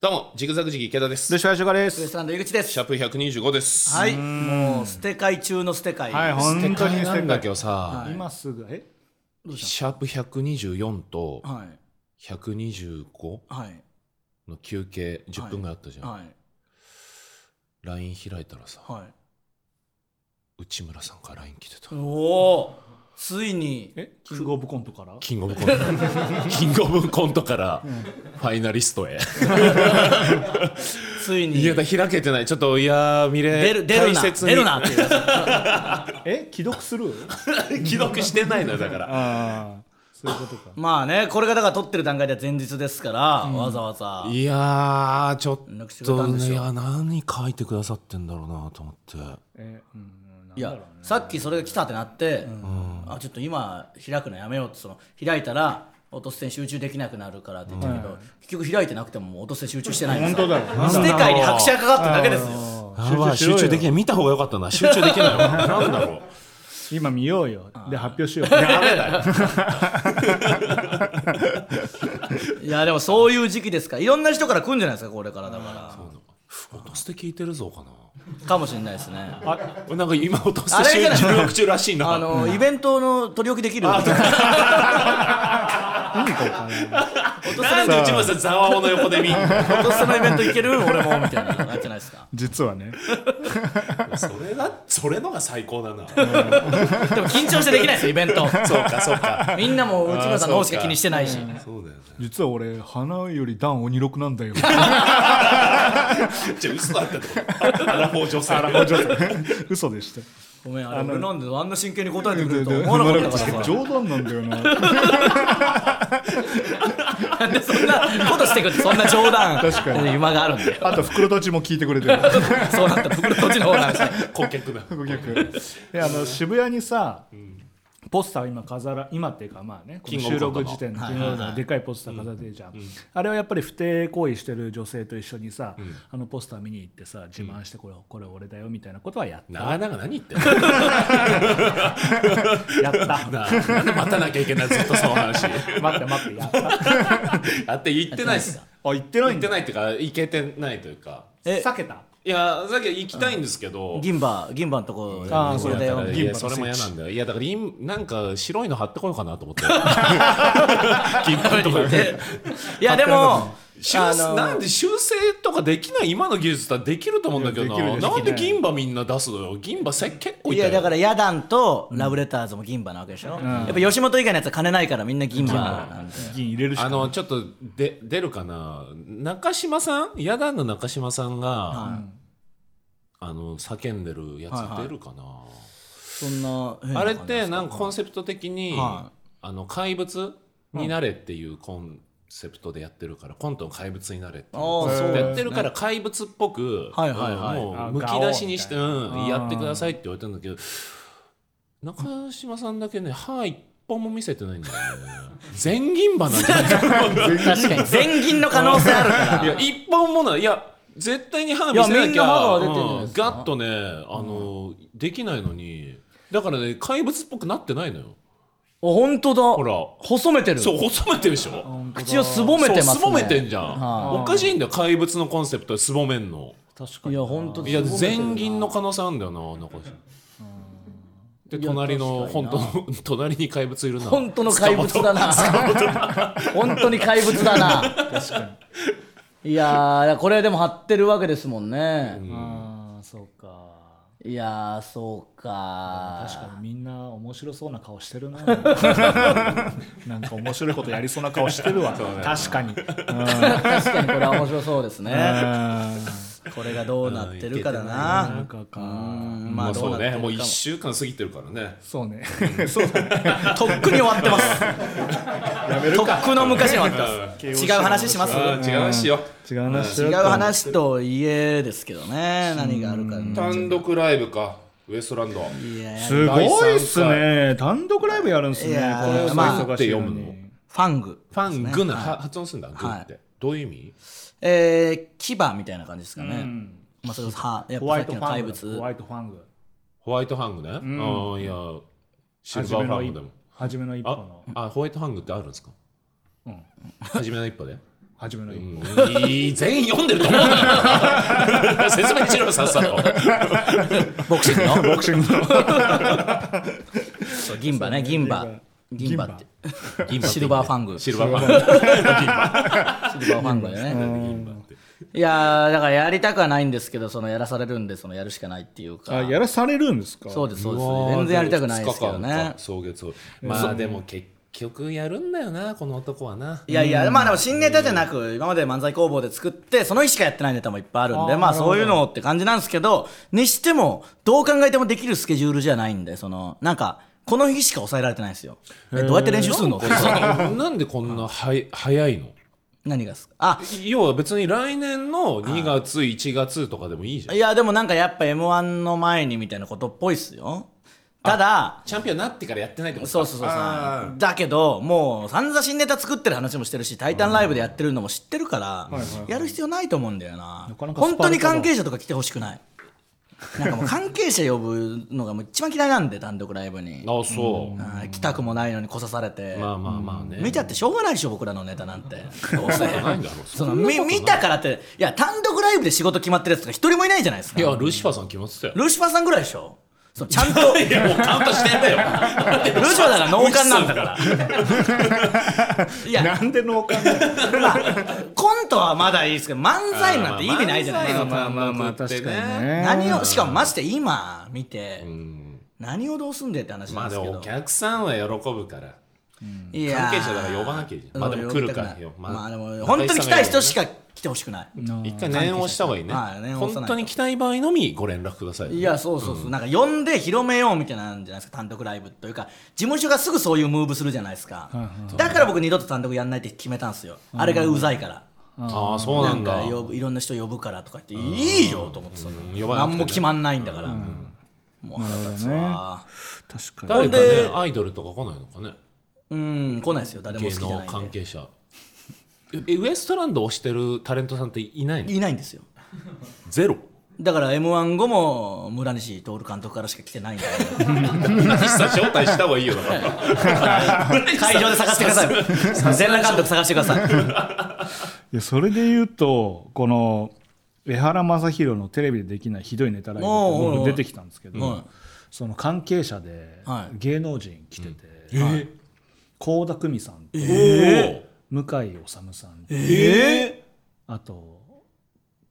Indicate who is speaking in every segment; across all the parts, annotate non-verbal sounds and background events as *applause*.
Speaker 1: どうも、ジグザグジギ池田です。
Speaker 2: ルシファーシュガで
Speaker 3: ウエス
Speaker 2: す。
Speaker 3: トランド井口です
Speaker 1: シャープ125です。
Speaker 3: はいもう捨て会中の捨て会、
Speaker 2: はい、
Speaker 1: 捨て
Speaker 2: 本当
Speaker 1: 替
Speaker 2: に
Speaker 1: え
Speaker 2: 捨
Speaker 1: な
Speaker 2: て
Speaker 1: んだけ
Speaker 2: 替
Speaker 1: どさ、
Speaker 2: え。今すぐ、え
Speaker 1: シャープ124と
Speaker 3: はい
Speaker 1: 125
Speaker 3: はい
Speaker 1: の休憩10分ぐらいあったじゃん。
Speaker 3: はい
Speaker 1: LINE 開いたらさ、
Speaker 3: はい
Speaker 1: 内村さんから LINE 来てた
Speaker 3: お。おついに
Speaker 2: えキングオブコントから
Speaker 1: キングオブ
Speaker 3: *laughs*
Speaker 1: コント。キングオブコントからファイナリストへ。
Speaker 3: ついに
Speaker 1: いや、
Speaker 3: 出
Speaker 1: だ開けてない。ちょっと、いやー、見れ、
Speaker 3: る出るな
Speaker 1: 大切に
Speaker 3: 出るなっていう
Speaker 2: え既読する
Speaker 1: *laughs* 既読してないのよ、だから。
Speaker 2: ああ、そういうことか。
Speaker 3: *laughs* まあねこれがだから撮ってる段階では前日ですから、わざわざ
Speaker 1: いやー、ちょっ
Speaker 3: 連絡してくれた
Speaker 1: と、
Speaker 3: んです
Speaker 1: ね、い
Speaker 3: よ
Speaker 1: や、何書いてくださってんだろうなと思って。
Speaker 2: え、うん、
Speaker 3: いやさっきそれが来たってなって、あちょっと今開くのやめようってその開いたら落とす線集中できなくなるからって言ったけど、結局開いてなくてももう落とす線集中してないんです
Speaker 2: 本当だよなんだ
Speaker 3: 捨て会に拍車がかかっただけですよ
Speaker 1: やばい集
Speaker 2: 集中しろよ
Speaker 1: 中できない見た方が良かったな集中でき
Speaker 3: *laughs*
Speaker 1: ないわなんだろう
Speaker 2: 今見ようよ。で、発表しよう。
Speaker 1: ダメだよ
Speaker 3: いやでもそういう時期ですからいろんな人から来るんじゃないですかこれからだか
Speaker 1: 音捨て聞いてるぞかな *laughs*
Speaker 3: らかもしれないですね
Speaker 1: 俺なんか今音捨
Speaker 3: あ
Speaker 1: て
Speaker 3: れじゃない
Speaker 1: 収録中らしいな
Speaker 3: あのイベントの取り置きできる落と
Speaker 1: なんで内村さんざわおの横で見んの *laughs*
Speaker 3: すのイベント行ける俺もみたいななっじゃないですか
Speaker 2: 実はね。
Speaker 1: それだそれのが最高だな *laughs* そ
Speaker 3: でも緊張してできないですよイベント
Speaker 1: うかそうか *laughs*
Speaker 3: みんなもう内村さんの方しか気にしてないし
Speaker 1: そうだよね
Speaker 2: 実は俺、花より段鬼六なんだよ。
Speaker 1: じゃあ嘘だったってことア *laughs* ラフォー女性
Speaker 2: 嘘でした。
Speaker 3: ごめんあれ俺なんであんな真剣に答えてくれると思わなかったからさ
Speaker 2: 冗談なんだよな。
Speaker 3: なんでそんなことしてくれてそんな冗談
Speaker 2: 確かに
Speaker 3: 今があるんだよ
Speaker 2: あと、袋とちも聞いてくれてる。
Speaker 3: そうなった袋とじの方なんですね
Speaker 1: 顧客
Speaker 2: *laughs*
Speaker 1: だ
Speaker 2: 顧客。で、あの、渋谷にさ、ポスターを今飾ら今っていうかまあねこの収録時点の
Speaker 3: キングオブコ
Speaker 2: キングオブコ
Speaker 3: ントの
Speaker 2: ントのでかいポスター飾ってるじゃん、あれはやっぱり不貞行為してる女性と一緒にさ、あのポスター見に行ってさ自慢してこれこれ俺だよみたいなことはやっ
Speaker 1: なあなんか何言ってんの *laughs*
Speaker 2: *laughs* たやった
Speaker 1: なあなんで待たなきゃいけないずっとその話 *laughs*
Speaker 2: 待って待ってや *laughs* った
Speaker 1: あって言ってないっす
Speaker 2: あ言ってない
Speaker 1: 言っ
Speaker 2: ん
Speaker 1: て
Speaker 2: だ
Speaker 1: ないっていうか行けてないというか
Speaker 3: え
Speaker 2: 避けた
Speaker 1: いやさっき行きたいんですけど、
Speaker 3: 銀歯銀歯のとこ
Speaker 2: あー
Speaker 3: それ
Speaker 1: い
Speaker 3: だ
Speaker 1: や
Speaker 3: よ
Speaker 1: だから
Speaker 2: 銀
Speaker 1: い
Speaker 2: 歯
Speaker 1: や
Speaker 2: の
Speaker 1: それも嫌なんだよいやだからいんなんか白いの貼ってこようかなと思って *laughs* 銀歯とかで
Speaker 3: *laughs* いやでも
Speaker 1: 修正なんで修正とかできない今の技術だったらできると思うんだけど
Speaker 2: いや
Speaker 1: な
Speaker 2: できるでき
Speaker 1: な
Speaker 2: る
Speaker 1: んで銀歯みんな出すのよ銀歯せ結構
Speaker 3: い
Speaker 1: いた
Speaker 3: や
Speaker 1: よ
Speaker 3: だからヤダンとラブレターズも銀歯なわけでしょ、やっぱ吉本以外のやつは金ないからみんな銀歯なんで
Speaker 2: 銀入れるし
Speaker 1: あ
Speaker 2: かない
Speaker 1: のちょっとで出るかな中島さんヤダンの中島さんが、あの叫んでるやつ出るかな、
Speaker 3: そんな変な
Speaker 1: あれっ
Speaker 3: 感じ
Speaker 1: てなんかコンセプト的に、
Speaker 3: は
Speaker 1: あの怪物になれっていうコンセプトでやってるから、コントの怪物になれっていう
Speaker 3: ああそう
Speaker 2: へー
Speaker 1: やってるから怪物っぽく、
Speaker 3: はいはいはい
Speaker 1: うんも
Speaker 2: あ
Speaker 1: うむき出しにして、
Speaker 2: ガ
Speaker 1: うん、
Speaker 2: な
Speaker 1: やってくださいって言われたんだけど中島さんだけね歯一本も見せてないんだよね全銀歯なんだよ
Speaker 3: 確かに全銀の可能性ある *laughs* から
Speaker 1: いや一本もないいや絶対に歯見せ
Speaker 3: いや
Speaker 1: な
Speaker 3: みん
Speaker 1: き
Speaker 3: な歯
Speaker 1: ゃ
Speaker 3: が出てるんじゃない
Speaker 1: うん
Speaker 3: ですか
Speaker 1: ガッとねあの、できないのにだからね怪物っぽくなってないのよ
Speaker 3: お本当だ
Speaker 1: ほら
Speaker 3: 細めてる
Speaker 1: そう細めてるでしょ
Speaker 3: 口をすぼめてますね
Speaker 1: そうすぼめてんじゃん、
Speaker 3: は
Speaker 1: おかしいんだよ怪物のコンセプトですぼめんの
Speaker 2: 確
Speaker 3: いや本当
Speaker 1: いや全銀の可能性あるんだよな中島で隣の本当 *laughs* の隣に怪物いるな
Speaker 3: 本当の怪物だな本当に怪物
Speaker 1: *laughs*
Speaker 3: だな
Speaker 2: 確か
Speaker 3: いやーこれでも貼ってるわけですもんね、
Speaker 2: にああそうか
Speaker 3: いやーそうか
Speaker 2: 確かにみんな面白そうな顔してるな *laughs* なんか面白いことやりそうな顔してるわ、確かに
Speaker 3: 確かにこれは面白そうですね
Speaker 2: な
Speaker 3: これがどうなってるかだな、
Speaker 2: んかか
Speaker 3: うん
Speaker 1: まあ
Speaker 3: ど
Speaker 1: そう
Speaker 3: なってる
Speaker 1: うね
Speaker 3: か
Speaker 1: もう1週間過ぎてるからね
Speaker 2: そうね *laughs* そうだね
Speaker 3: とっくに終わってます。とっくの昔に終わっ
Speaker 2: う
Speaker 3: てま
Speaker 2: ん
Speaker 3: す。違う話します。
Speaker 1: あー違う話しよう
Speaker 2: 違う話し
Speaker 3: 違
Speaker 2: よ
Speaker 3: う
Speaker 2: と
Speaker 3: 話と家ですけどね。何があるかね。
Speaker 1: 単独ライブかウエストランド
Speaker 3: いやいや
Speaker 2: すごいっすね単独ライブやるんす
Speaker 3: い
Speaker 2: ね
Speaker 3: やー
Speaker 2: これ
Speaker 3: まあ
Speaker 2: 忙しいのに
Speaker 1: って読むの
Speaker 3: ファング。
Speaker 1: ファングな、は発音するんだグって、どういう意味
Speaker 3: えー、牙みたいな感じですか
Speaker 2: う
Speaker 3: ね。
Speaker 2: ん
Speaker 3: まあそれこそ歯、やっ
Speaker 2: ホ
Speaker 3: ぱ
Speaker 2: ワ
Speaker 3: さ
Speaker 2: イ
Speaker 3: っ
Speaker 2: ト
Speaker 3: き
Speaker 2: フ
Speaker 3: の
Speaker 2: ァ
Speaker 3: 怪
Speaker 2: ングホ
Speaker 3: 物。
Speaker 2: ワイトファング
Speaker 1: ホワイトハングね、ああいやシルバーファングでも
Speaker 2: 初めの一歩の
Speaker 1: ああホワイトハングってあるんですか、
Speaker 2: うん
Speaker 1: 初めの一歩で
Speaker 2: 初めの一歩、
Speaker 1: うんいい全員読んでると思うなよ説明しろさっさと
Speaker 3: ボクシングの
Speaker 2: *laughs* ボクシングの
Speaker 3: *laughs* そう銀歯ね銀歯銀歯って
Speaker 1: 銀
Speaker 3: シルバーファング
Speaker 1: シルバーファン
Speaker 3: シルバーファングだよね
Speaker 1: グ銀歯って
Speaker 3: いやーだからやりたくはないんですけどそのやらされるんでそのやるしかないっていうか
Speaker 2: あやらされるんですか
Speaker 3: そうですそうです全然やりたくないですけど
Speaker 1: 二日間
Speaker 3: ね
Speaker 1: か草月をまあでも結局やるんだよなこの男はない
Speaker 3: やいやまあでも新ネタじゃなく今まで漫才工房で作ってその日しかやってないネタもいっぱいあるんで
Speaker 2: あー
Speaker 3: まあ
Speaker 2: なるほ
Speaker 3: そ
Speaker 2: ど
Speaker 3: ういうのって感じなんですけどにしてもどう考えてもできるスケジュールじゃないんでそのなんかこの日しか抑えられてないんですよえどうやって練習するの
Speaker 1: なんでこんなはい早いの
Speaker 3: 何がですかあ
Speaker 1: 要は別に来年の2月1月とかでもいいじゃん
Speaker 3: いやでもなんかやっぱ m 1の前にみたいなことっぽいっすよただ
Speaker 1: チャンピオンになってからやってないってこと
Speaker 3: そうそうそうそうだけどもう散々新ネタ作ってる話もしてるし「タイタンライブ」でやってるのも知ってるから、やる必要ないと思うんだよな
Speaker 2: なかなかスパル
Speaker 3: 本
Speaker 2: タだ
Speaker 3: 当に関係者とか来てほしくないなんかもう関係者呼ぶのがもう一番嫌いなんで単独ライブに
Speaker 1: あそう、
Speaker 3: あー来たくもないのに来さされて、
Speaker 1: まあまあまあね
Speaker 3: 見ちゃってしょうがないでしょ僕らのネタなんてどうせ
Speaker 2: *laughs*
Speaker 1: ないんだろう
Speaker 3: そのみ見たからっていや単独ライブで仕事決まってるやつとか一人もいないじゃないですか
Speaker 1: いやルシファーさん決まってたよ
Speaker 3: ルシファーさんぐらいでしょそのちゃ
Speaker 1: *laughs*
Speaker 3: んと
Speaker 1: いやもうカウントしてんだよ
Speaker 3: ルシファーだから脳幹なんだから。いや、
Speaker 2: *laughs* なんで農家だよ
Speaker 3: まあ、コントはまだいいですけど、漫才なんて意味ないじゃないですか。
Speaker 1: まあまあまあ
Speaker 2: 確かにね
Speaker 3: 何を、しかもまして今見て、
Speaker 1: うん
Speaker 3: 何をどうすんでって話な
Speaker 1: ま
Speaker 3: ん
Speaker 1: あ
Speaker 3: で
Speaker 1: です
Speaker 3: け
Speaker 1: も
Speaker 3: ど。
Speaker 1: お客さんは喜ぶから
Speaker 3: いやー
Speaker 1: 関係者だから呼ばなきゃいいじゃんまあでも来るからよ
Speaker 3: まあ、まあでも、本当に来たい人しか来てほしくない。
Speaker 1: 一回念を押した方がいいね、
Speaker 3: はい念を押さ
Speaker 1: 本
Speaker 3: ないと
Speaker 1: 当に来たい場合のみご連絡ください
Speaker 3: いや、そうそうそう、なんか呼んで広めようみたいなんじゃないですか、単独ライブというか、事務所がすぐそういうムーブするじゃないですか。だから僕、二度と単独やんないって決めたんですよ。あれがうざいから。
Speaker 1: ああそうなんだ
Speaker 3: か呼ぶいろんな人呼ぶからとか言っていいよと思ってそんな
Speaker 1: うん呼ばなくてね
Speaker 3: 何も決まんないんだから、もう腹立つわ
Speaker 2: 確かに
Speaker 1: 誰か
Speaker 3: ほん
Speaker 1: ね
Speaker 3: で
Speaker 1: アイドルとか来ないのかね
Speaker 3: うん来ないですよ誰も
Speaker 1: 芸
Speaker 3: 好きじゃ
Speaker 1: 能
Speaker 3: ない
Speaker 1: 関
Speaker 3: んで
Speaker 1: 係者えウエストランドを推してるタレントさんっていないの
Speaker 3: いないんですよ
Speaker 1: ゼ
Speaker 3: *laughs*
Speaker 1: ロ
Speaker 3: だから m 1後も村西徹監督からしか来てないんだよ
Speaker 1: 村西さん招待した方がいいよだから
Speaker 3: 会場で探してください全裸監督探してください
Speaker 2: いやそれで言うとこの江原正宏のテレビでできないひどいネタライブって
Speaker 3: おうおうおう
Speaker 2: 僕出てきたんですけど、
Speaker 3: うん
Speaker 2: その関係者で
Speaker 3: はい
Speaker 2: 芸能人来てて
Speaker 1: えー
Speaker 2: 倖、田來未さんと
Speaker 1: え
Speaker 2: 向井理さんと
Speaker 3: え
Speaker 2: あと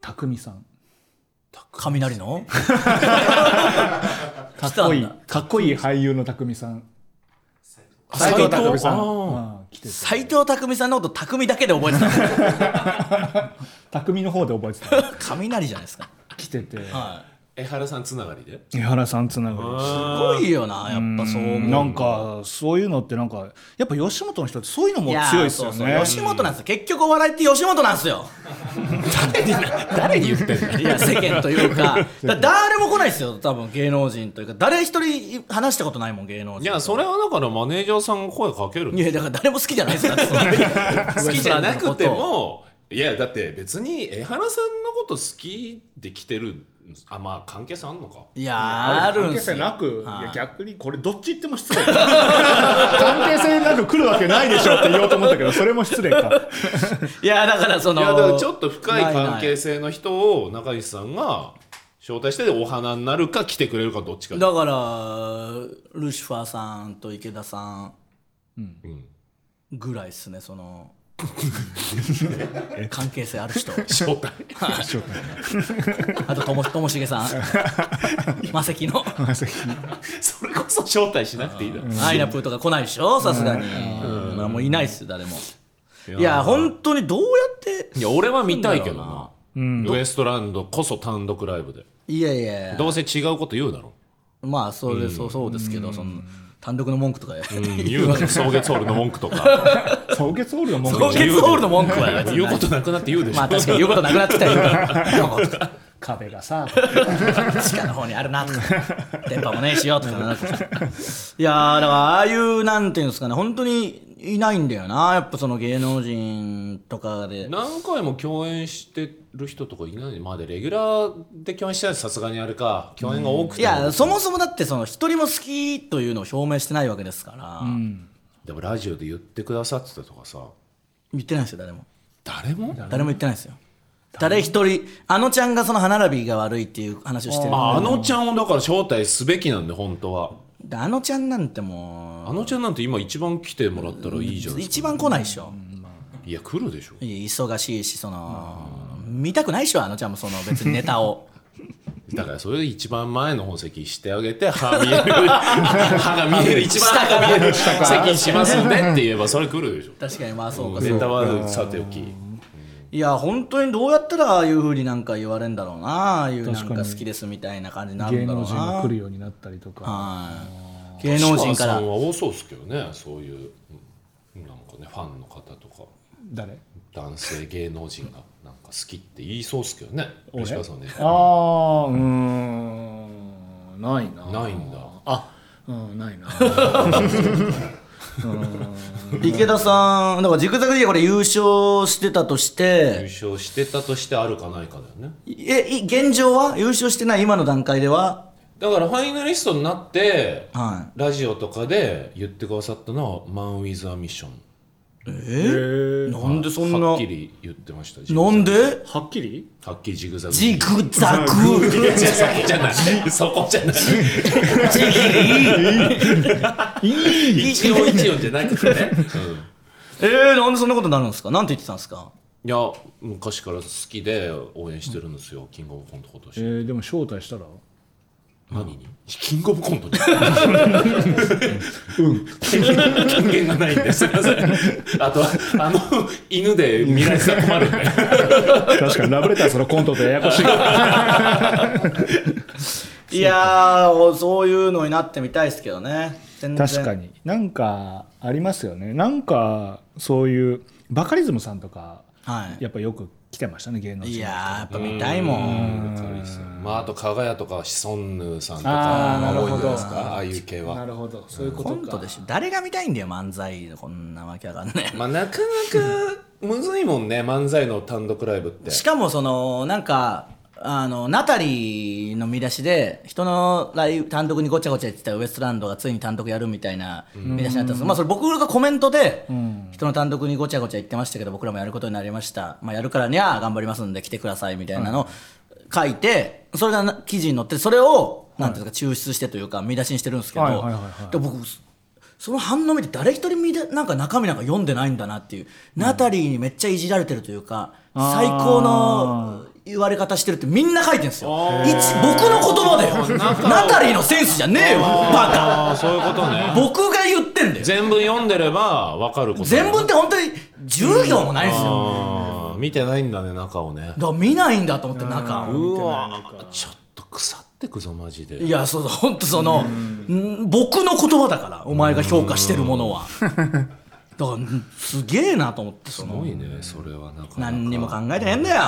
Speaker 2: 匠さん
Speaker 3: ー、雷の
Speaker 2: かっ
Speaker 3: 来た
Speaker 2: こいい
Speaker 3: んだ
Speaker 2: かっこいい俳優の匠さん
Speaker 3: 斎藤
Speaker 2: 匠さん、
Speaker 1: あ
Speaker 2: う
Speaker 1: ー
Speaker 2: ん、来てて
Speaker 3: 斎藤工さんのこと匠だけで覚えてたの
Speaker 2: 匠の方で覚えて
Speaker 3: *laughs*
Speaker 2: た
Speaker 3: 雷じゃないですか、
Speaker 2: 来てて
Speaker 3: は
Speaker 1: 江原さんつながりで
Speaker 2: 江原さんつながりで
Speaker 3: い、すごいよなやっぱそう思う
Speaker 2: なんかそういうのってなんかやっぱ吉本の人ってそういうのも強いですよね
Speaker 3: いやーそうそう吉本なんですよ結局お笑いって吉本なんですよ誰に
Speaker 1: 誰に言ってんの
Speaker 3: いや世間とい
Speaker 2: *laughs*
Speaker 3: うかだ誰も来ないですよ多分芸能人というか誰一人話したことないもん芸能人
Speaker 1: いやそれはだからマネージャーさんが声かける
Speaker 3: *laughs* いやだから誰も好きじゃない
Speaker 2: *laughs*
Speaker 3: ですから
Speaker 1: 好きじゃなくてもいやだって別に江原さんのこと好きで来てるあまあ関係性あんのか
Speaker 3: いやあるんすよ
Speaker 2: 関係性なく、
Speaker 3: はい
Speaker 2: いや逆にこれどっち言っても失礼関係性なく来るわけないでしょって言おうと思ったけどそれも失礼か
Speaker 3: いやだからそ
Speaker 1: い
Speaker 3: の
Speaker 1: やだからちょっと深い
Speaker 3: な
Speaker 1: 関
Speaker 3: いな
Speaker 1: 係性の人を中西さんが招待してお花になるか来てくれるかどっちか
Speaker 3: いだからルシファーさんと池田さん
Speaker 1: うん
Speaker 3: ぐらいっすね
Speaker 2: *laughs*
Speaker 3: その関係性ある人
Speaker 1: 招待 *laughs*
Speaker 3: あとともともしげ
Speaker 2: *laughs*
Speaker 3: さんマセキの
Speaker 1: それこそ招待しなくていいだろ
Speaker 3: アイナプーとか来ないでしょさすがに、まあもういないっすよ誰もいや本当にどうやって
Speaker 1: いや俺は見たいけど
Speaker 3: なんだろ
Speaker 1: なウエストランドこそ単独ライブで
Speaker 3: いやいや
Speaker 1: どうせ違うこと言うだろ
Speaker 3: まあそれそうそうですけど、その単独の文句とかや、
Speaker 1: うん言うなよ草月ホールの文句と *laughs* か
Speaker 2: 草月オールのもん
Speaker 3: 草月ホールの文句は別に
Speaker 1: 言うことなくなって言うでしょ
Speaker 3: まあ確かに言うことなくなってきたよなんか
Speaker 2: 壁がさ
Speaker 3: 地下の方にあるなとか
Speaker 1: *laughs*
Speaker 3: 電波もねえしよとかなってきたいやーだからああいうなんていうんですかね本当にいないんだよなやっぱその芸能人とかで
Speaker 1: 何回も共演してる人とかいないまあでレギュラーで共演してないとさすがにあれか共演が多く
Speaker 3: い
Speaker 1: ても
Speaker 3: やそもそもだってその一人も好きというのを表明してないわけですから、
Speaker 1: でもラジオで言ってくださってたとかさ
Speaker 3: 言ってないですよ誰も
Speaker 1: 誰も
Speaker 3: 誰も言ってないですよ誰一人あのちゃんがその歯並びが悪いっていう話をしてる
Speaker 1: まああのちゃんをだから招待すべきなんで本当は
Speaker 3: であのちゃんなんても
Speaker 1: あのちゃんなんて今一番来てもらったらいいじゃん
Speaker 3: う一番来ないでしょ
Speaker 1: いや来るでしょ
Speaker 3: いや忙しいしその見たくないでしょあのちゃんもその別にネタを
Speaker 1: だからそれで一番前の方席してあげて歯見える歯が見える一番歯が見える席にしますねって言えばそれ来るでしょ
Speaker 3: 確かにまあそうかそう
Speaker 1: ネ
Speaker 3: か
Speaker 1: タはさておき
Speaker 3: いや本当にどうやったらああいうふうになんか言われるんだろうなああいうなん
Speaker 2: 確
Speaker 3: か
Speaker 2: か
Speaker 3: 好
Speaker 2: に
Speaker 3: きですみたいな感じになる
Speaker 2: 芸
Speaker 3: んだろう
Speaker 2: 能
Speaker 3: な
Speaker 2: 人が来るようになったりとか
Speaker 3: はい芸能人か
Speaker 1: 島
Speaker 3: ら
Speaker 1: さんは多そうですけどねそういううんなんかねファンの方とか
Speaker 2: 誰
Speaker 1: 男性芸能人がなんか好きって言いそうですけどね
Speaker 2: 俺
Speaker 1: 吉川さんね
Speaker 2: ああうーんないな
Speaker 1: ないんだ
Speaker 2: あうんないな
Speaker 3: 池田さんだからジグザグでこれ優勝してたとし
Speaker 1: 優
Speaker 3: て
Speaker 1: 勝してたとしてあるかないかだよね
Speaker 3: えい現状は優勝してない今の段階では
Speaker 1: だからファイナリストになって
Speaker 3: は
Speaker 1: ラジオとかで言ってくださったのは「マン・ウィズ・ア・ミッション
Speaker 3: い
Speaker 2: え
Speaker 3: え
Speaker 2: ー」
Speaker 3: なんでそんな
Speaker 1: はっ
Speaker 3: な
Speaker 1: きり言ってました
Speaker 3: んで
Speaker 2: はっきり
Speaker 1: はっきりジグザグ
Speaker 3: ジグザグ
Speaker 1: いや違うそこじゃないそこじゃない一応一応じゃなくてね、うん
Speaker 3: *laughs* えー、なんでそんなことになるんですかなんて言ってたんですか
Speaker 1: いや昔から好きで応援してるんですよ、キングオブコント今
Speaker 2: え
Speaker 1: 年、
Speaker 2: ー、でも招待したら
Speaker 1: 何にキングオブコントに *laughs* うん経験がないんですいませんあとあの犬で未来さん困るんで
Speaker 2: 確かにラブレターズのコントとややこしい
Speaker 3: いやーそういうのになってみたいですけどね全然
Speaker 2: 確かになんかありますよねなんかそういうバカリズムさんとか
Speaker 3: はい
Speaker 2: やっぱよく来てましたね芸能人
Speaker 3: いやーやっぱ見たいもん
Speaker 1: まああと加賀谷とかシソンヌさんとか
Speaker 2: あー
Speaker 1: まあ
Speaker 2: なる
Speaker 1: 多
Speaker 2: ほ
Speaker 1: い
Speaker 2: ど
Speaker 1: んじゃないですかああいう系は
Speaker 2: なるほどそういうこ
Speaker 3: コ
Speaker 2: と
Speaker 3: ント
Speaker 2: か
Speaker 3: でしょ誰が見たいんだよ漫才のこんなわけわかんない
Speaker 1: まあなかなかむずいもんね漫才の単独ライブって
Speaker 3: しかもそのなんかあのナタリーの見出しで人のライブ単独にごちゃごちゃ言ってたウエストランドがついに単独やるみたいな見出しになったんですけど、まあ、それ僕がコメントで人の単独にごちゃごちゃ言ってましたけど僕らもやることになりました、まあ、やるからには頑張りますんで来てくださいみたいなのを書いてそれがな記事に載ってそれをなんていうんですか抽出してというか見出しにしてるんですけど、
Speaker 2: はいはいはいはい
Speaker 3: で僕その反応見て誰一人見でなんか中身なんか読んでないんだなっていう、ナタリーにめっちゃいじられてるというか
Speaker 2: あー
Speaker 3: 最高の言われ方してるってみんな書いてるんですよ一僕の言葉だよナタリーのセンスじゃねえよバ
Speaker 1: ああそういうこと
Speaker 3: カ
Speaker 1: ね
Speaker 3: 僕が言ってんだよ
Speaker 1: 全部読んでれば分かること
Speaker 3: 全文って本当に10行もないんですよ
Speaker 1: あー見てないんだね中をね
Speaker 3: だから見ないんだと思って中を
Speaker 1: うわちょっと腐ってくぞマジで
Speaker 3: いやそうそう本当そのん僕の言葉だからお前が評価してるものはだからんすげえなと思ってそ
Speaker 1: す
Speaker 3: の
Speaker 1: ごいねそれはなかなか
Speaker 3: 何にも考えてへんだよ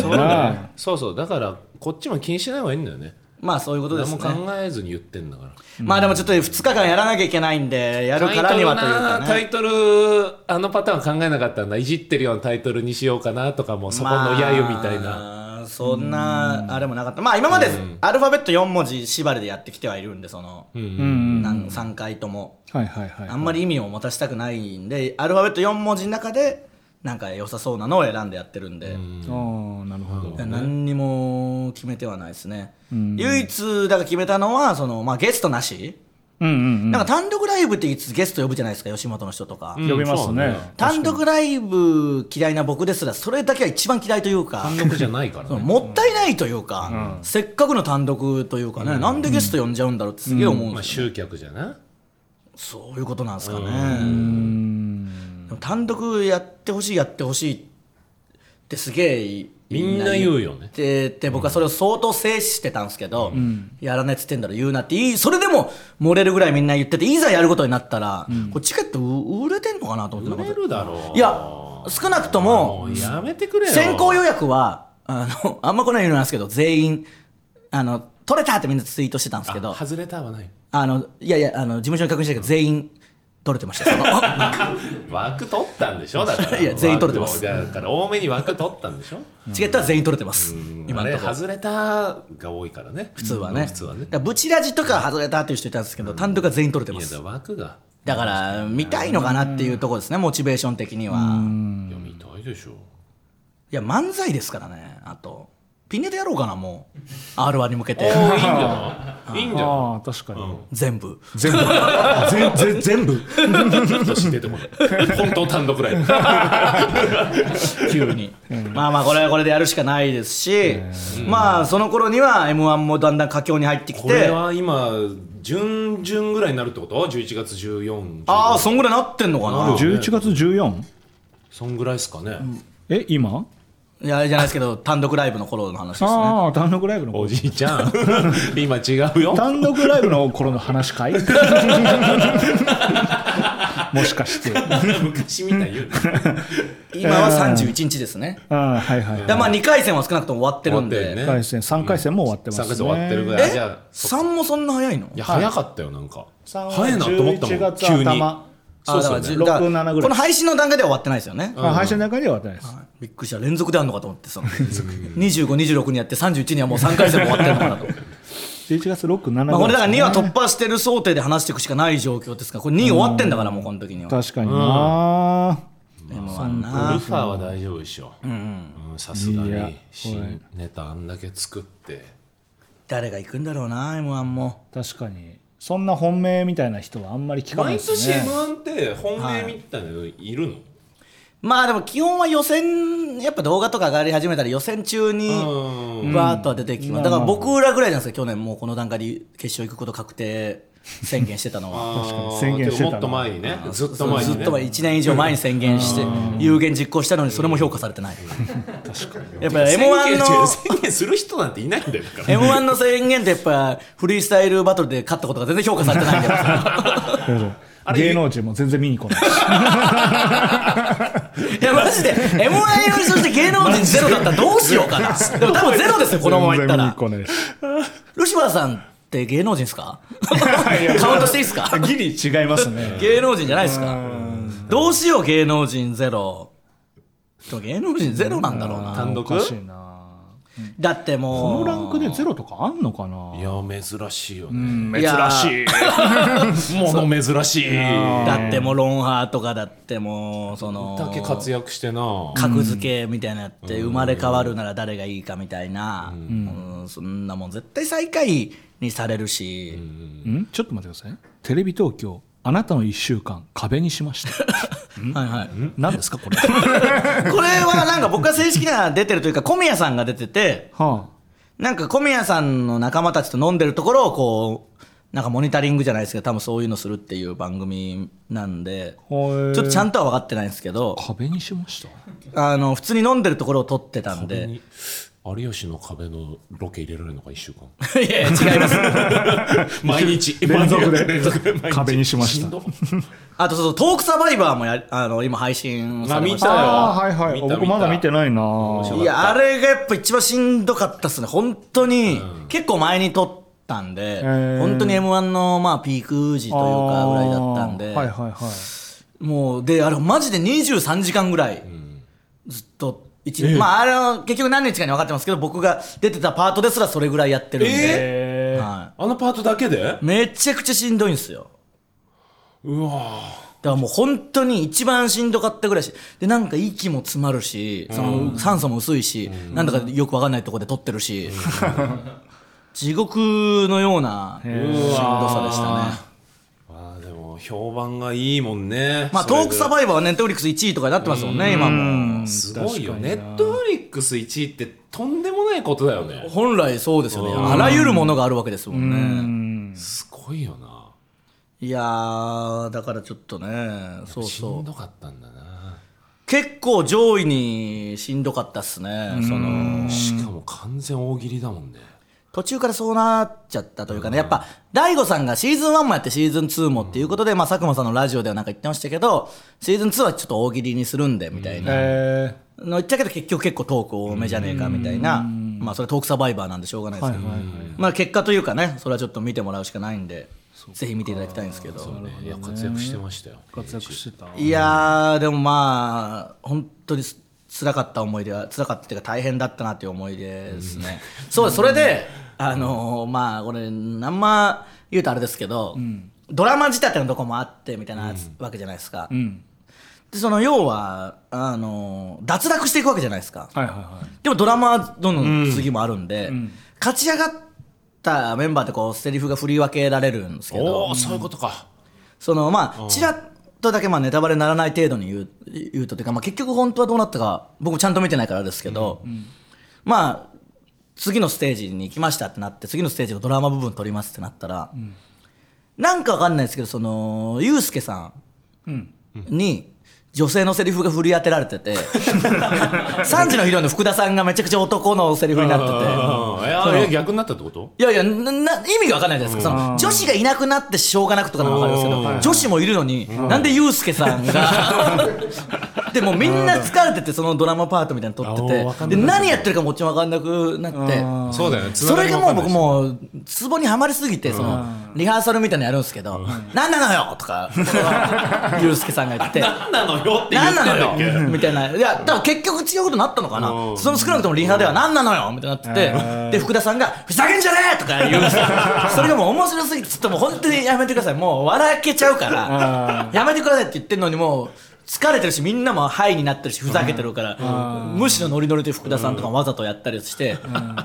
Speaker 1: そうだねそうそうだからこっちも気にしない方がいいんだよね
Speaker 3: まあそういうことで
Speaker 1: 何
Speaker 3: す
Speaker 1: も
Speaker 3: ね
Speaker 1: 考えずに言ってんだから
Speaker 3: まあでもちょっと2日間やらなきゃいけないんでやるからにはというかね
Speaker 1: タイトルなタイトルあのパターン考えなかったんだいじってるようなタイトルにしようかなとかもそこの揶揄みたいな、
Speaker 3: なそんなあれもなかったまあ今までアルファベット4文字縛りでやってきてはいるんでそのなん3回とも
Speaker 2: はいはいはい
Speaker 3: あんまり意味を持たせたくないんでアルファベット4文字の中でなんか良さそうなのを選んでやってるんで
Speaker 2: ああなるほど
Speaker 3: いや何にも決めてはないですね唯一だから決めたのはそのまあゲストなし
Speaker 2: うんうん
Speaker 3: なんか単独ライブっていつゲスト呼ぶじゃないですか吉本の人とか
Speaker 2: うん呼びます
Speaker 1: そう
Speaker 2: ね,、
Speaker 1: ね
Speaker 3: 単独ライブ嫌いな僕ですらそれだけは一番嫌いというか
Speaker 1: 単独じゃないから
Speaker 3: その
Speaker 1: ね
Speaker 3: もったいないというか、せっかくの単独というかね、なんでゲスト呼んじゃうんだろうってすげえ思うん
Speaker 1: まあ
Speaker 3: ですよ、
Speaker 1: 集客じゃな
Speaker 3: そういうことなんですかね、でも単独やってほしいやってほしいってすげえ
Speaker 1: みんな言うよね
Speaker 3: ってて僕はそれを相当制してたんですけど、やらないっつってんだろ言うなっていいそれでも漏れるぐらいみんな言ってていざやることになったら、これチケットう売れてんのかなと思ってな
Speaker 1: 売
Speaker 3: か
Speaker 1: れ
Speaker 3: った
Speaker 1: るだろう
Speaker 3: い
Speaker 1: い
Speaker 3: や少なくとも
Speaker 1: もうやめてくれよ
Speaker 3: 先行予約はあの *laughs* あんまこのように言うんですけど全員あの取れたってみんなツイートしてたんですけどあ
Speaker 1: 外れたはない
Speaker 3: のいやいやあの事務所に確認したけど全員取れてましたそ
Speaker 1: *laughs*
Speaker 3: の
Speaker 1: 枠取ったんでしょだから
Speaker 3: いや全員取れてます
Speaker 1: 枠をだから多めに枠取ったんでしょ
Speaker 3: チケットは全員取れてます
Speaker 1: 今
Speaker 3: 今の
Speaker 1: ね
Speaker 3: ところ
Speaker 1: 外れたが多いからね
Speaker 3: 普通はね
Speaker 1: 普通はね
Speaker 3: だからブチラジとか外れたっていう人いたんですけど単独は全員取れて
Speaker 1: い
Speaker 3: ま
Speaker 1: や
Speaker 3: す
Speaker 1: だ枠が
Speaker 3: だから見たいのかなっていうところですねモチベーション的には
Speaker 1: 読みないでしょ
Speaker 3: いや漫才ですからねあとピンネタやろうかなも
Speaker 1: *laughs*
Speaker 3: う r 1に向けて
Speaker 1: いいんじゃないいいんじゃない
Speaker 2: ああ確かに、
Speaker 3: 全部
Speaker 2: 全部全全全部
Speaker 1: 私出てこない本当単独ライブ
Speaker 3: 急に、まあまあこれはこれでやるしかないですし、まあその頃には m 1もだんだん佳境に入ってき
Speaker 1: これ
Speaker 3: て
Speaker 1: は今準々ぐらいになるってこと ?11 月14
Speaker 3: ああそんぐらいなってんのかな
Speaker 2: 11月 14?
Speaker 1: そんぐらいですかね、
Speaker 2: え今
Speaker 3: いやあれじゃないですけど単独ライブの頃の話ですね
Speaker 2: ああ単独ライブの
Speaker 1: お
Speaker 2: 頃
Speaker 1: じいちゃん *laughs* 今違うよ
Speaker 2: 単独ライブの頃の話かいもしかして
Speaker 1: 昔みたいに言うな
Speaker 3: 今は31日ですね、
Speaker 2: ああはいはい、
Speaker 3: でまあ2回戦は少なくとも終わってるん
Speaker 1: 終わって
Speaker 3: で、
Speaker 1: るね
Speaker 2: 一回戦3回戦も終わってま
Speaker 1: 3
Speaker 2: すね、
Speaker 1: ヶ月終わってるぐらいじゃ
Speaker 3: え
Speaker 1: あそっか
Speaker 3: 三3もそんな早いの
Speaker 1: いや早かったよなんか
Speaker 2: 三は
Speaker 1: 早いなと思ったも
Speaker 2: 11
Speaker 1: ん
Speaker 2: 月
Speaker 1: 急に
Speaker 2: 頭
Speaker 1: そうっすよね
Speaker 3: じ
Speaker 2: 六七ぐらい
Speaker 3: この配信の段階では終わってないですよね、
Speaker 2: あ配信の中には終わってないです、
Speaker 3: びっくりした連続であるのかと思ってさ2526にやって31にはもう3回戦も終わってるのかなと
Speaker 2: 11月67ぐらい、
Speaker 3: まあこれだから2は突破してる想定で話していくしかない状況ですからこれ2終わってんだからもうこの時には
Speaker 2: 確かにな、
Speaker 3: m 1
Speaker 1: アル
Speaker 3: な
Speaker 1: ファは大丈夫でしょうんさすが
Speaker 2: いや
Speaker 1: に新ネタあんだけ作って
Speaker 3: 誰が行くんだろうな m 1も
Speaker 2: 確かにそんな本命みたいな人はあんまり聞かな
Speaker 1: 毎
Speaker 2: いです
Speaker 1: 年
Speaker 2: ね
Speaker 1: m 1って本命みたいなのいるの、
Speaker 3: まあでも基本は予選やっぱ動画とか上がり始めたら予選中に
Speaker 1: うん
Speaker 3: バーっとは出てきま
Speaker 2: う
Speaker 3: す
Speaker 2: ん
Speaker 3: だから僕らぐらいじゃないですか去年もうこの段階で決勝行くこと確定宣言してたのは
Speaker 1: あー
Speaker 2: 確かに宣言してたな
Speaker 1: もっと前にねずっと前に、
Speaker 3: ず
Speaker 1: ね、
Speaker 3: っと前1年以上前に宣言して有言実行したのにそれも評価されてないやっぱ m 1の
Speaker 1: 宣言する人なんていないんだよだ
Speaker 3: *laughs*
Speaker 1: から
Speaker 3: m 1の宣言ってやっぱフリースタイルバトルで勝ったことが全然評価されてないんだ
Speaker 2: *laughs* うん芸能人も全然見に来ない
Speaker 3: よいやマジで m 1よりそして芸能人ゼロだったらどうしようかなでも多分ゼロ *laughs* ですよこのままいったら
Speaker 2: 全然見に来
Speaker 3: ルシファーさんって芸能人ですかカウントしていいですか
Speaker 2: ないギリ違いますね
Speaker 3: 芸能人じゃないですかどうしよう芸能人ゼロでも芸能人ゼロなんだろうな
Speaker 1: 単独
Speaker 2: おかしいな
Speaker 3: だって
Speaker 2: こ
Speaker 3: もう
Speaker 2: のランクでゼロとかあんのかない
Speaker 1: や珍しいよね、
Speaker 3: いや
Speaker 1: もの珍しいだ
Speaker 3: だってもうロンハーとかだってもうその
Speaker 1: け活躍してな
Speaker 3: 格付けみたいなのやって生まれ変わるなら誰がいいかみたいな、うんそんなもん絶対最下位にされるし、
Speaker 2: んちょっと待ってくださいテレビ東京あなたの1週間壁にしました
Speaker 3: はいはい、
Speaker 2: 何ですかこれ
Speaker 3: これはなんか僕が正式な出てるというか小宮さんが出てて
Speaker 2: は
Speaker 3: なんか小宮さんの仲間たちと飲んでるところをこうなんかモニタリングじゃないですけど多分そういうのするっていう番組なんで
Speaker 2: あ
Speaker 3: ちょっとちゃんとは分かってないんですけど
Speaker 2: 壁にしました
Speaker 3: あの普通に飲んでるところを撮ってたんで。
Speaker 1: 有吉の壁のロケ入れられるのか1週間
Speaker 3: *laughs* *laughs* いやいや違います
Speaker 1: 毎日
Speaker 2: 連続で
Speaker 1: 連続 *laughs* で毎日
Speaker 2: 壁にしました
Speaker 1: ん
Speaker 3: *laughs*
Speaker 1: ど
Speaker 3: あとそうそうトークサバイバーもやあの今配信されま
Speaker 1: あ見
Speaker 3: した
Speaker 1: たよ
Speaker 2: ああはいはい
Speaker 1: 見た
Speaker 2: 僕まだ見てないない
Speaker 3: やあれがやっぱ一番しんどかったっすね本当に、結構前に撮ったんで、
Speaker 2: ー
Speaker 3: 本当に m 1のまあピーク時というかぐらいだったんで、
Speaker 2: あーはいはいはい
Speaker 3: もうであれマジで23時間ぐらいずっと一日、まああれは結局何日かに分かってますけど僕が出てたパートですらそれぐらいやってるんで、
Speaker 2: え
Speaker 3: は
Speaker 1: あのパートだけで
Speaker 3: い、めちゃくちゃしんどいんですよ
Speaker 1: うわ
Speaker 3: だからもう本当に一番しんどかったぐらいし、で、なんか息も詰まるし、その酸素も薄いし、なんだかよくわかんないところで撮ってるし、 *laughs* 地獄のようなしんどさでしたね。
Speaker 1: あーでも評判がいいもんね
Speaker 3: まあトークサ
Speaker 1: イ
Speaker 3: バイバーはネットフリックス1位とかになってますもんね、今も。
Speaker 1: すごいよネットフリックス1位ってとんでもないことだよね
Speaker 3: 本来そうですよね。あらゆるものがあるわけですもんね。
Speaker 1: すごいよない
Speaker 3: やー、だからちょっとね、そう
Speaker 1: し
Speaker 3: そ
Speaker 1: ん
Speaker 3: う。
Speaker 1: どかったんだな
Speaker 3: 結構上位にしんどかったっすね、その。
Speaker 1: しかも完全大喜利だもんね
Speaker 3: 途中からそうなっちゃったというかね、やっぱ、大悟さんがシーズン1もやってシーズン2もっていうことで、まあ、佐久間さんのラジオではなんか言ってましたけど、シーズン2はちょっと大喜利にするんで、みたいな。
Speaker 2: え
Speaker 3: の言っちゃうけど、結局結構トーク多めじゃねえか、みたいな。まあ、それトークサバイバーなんでしょうがないですけど。まあ、結果というかね、それはちょっと見てもらうしかないんで、ぜひ見ていただきたいんですけど。
Speaker 1: いや活躍してましたよ
Speaker 2: ー、活躍してた
Speaker 3: いやー、でもまあ、本当にす辛かった思い出は、辛かったっていうか大変だったなっていう思い出ですね。そうです、それで、あのーまあ、これ、なんま言うとあれですけど、ドラマ仕立てのとこもあってみたいなわけじゃないですか。でその要はあの脱落していくわけじゃないですか
Speaker 2: はいはいはい
Speaker 3: でもドラマはどんどん次もあるんで、
Speaker 2: ん
Speaker 3: 勝ち上がったメンバーってこうセリフが振り分けられるんですけ
Speaker 1: お
Speaker 3: ど
Speaker 1: おそういうことか
Speaker 3: そのまあちらっとだけまあネタバレにならない程度に言う言うとというか、まあ、結局本当はどうなったか僕もちゃんと見てないからですけど、まあ次のステージに行きましたってなって次のステージのドラマ部分取りますってなったら、なんかわかんないですけどそのユうスケさ
Speaker 2: うん
Speaker 3: んに。女性のセリフが振り当てられ
Speaker 2: *laughs*
Speaker 3: てて3時のヒロインの福田さんがめちゃくちゃ男のセリフになってて
Speaker 1: あーあーえ逆になったってこと
Speaker 3: いやいや、なな意味が分かんないじゃないですか、その女子がいなくなってしょうがなくとかなら分かるんですけ
Speaker 1: うん
Speaker 3: ど、女子もいるのに、なんでユうスケさ
Speaker 1: *laughs*
Speaker 3: んが、でもうみんな疲れてて、そのドラマパートみたいなの撮
Speaker 1: あーわ
Speaker 3: っ
Speaker 1: か
Speaker 3: て
Speaker 1: ん
Speaker 3: て、
Speaker 1: な
Speaker 3: で
Speaker 1: い
Speaker 3: 何やってるかもちろん分かんなくなって。
Speaker 2: あー
Speaker 1: そうだよね
Speaker 3: それがもう僕
Speaker 1: う
Speaker 3: もうツボにはまりすぎてそのリハーサルみたいなのやるんですけど「何なのよ!」
Speaker 1: *laughs*
Speaker 3: とかユうスケさんが言って
Speaker 1: 何なのよっ
Speaker 3: 「
Speaker 1: て言っ
Speaker 3: 何
Speaker 1: てん
Speaker 3: な
Speaker 1: だ
Speaker 3: の
Speaker 1: っけ
Speaker 3: よ!」みたいないや多分結局違うことになったのかな
Speaker 1: うん
Speaker 3: その少なくともリハでは「何なのよ!」みたいになっててで福田さんが「ふざけんじゃねえ!」とか言うんですよ
Speaker 1: *laughs*
Speaker 3: それがもう面白すぎてちょっともう本当にやめてくださいもう笑けちゃうからやめてくださいって言ってんのにもう疲れてるしみんなもハイになってるしふざけてるからむしろノリノリで福田さんとかわざとやったりして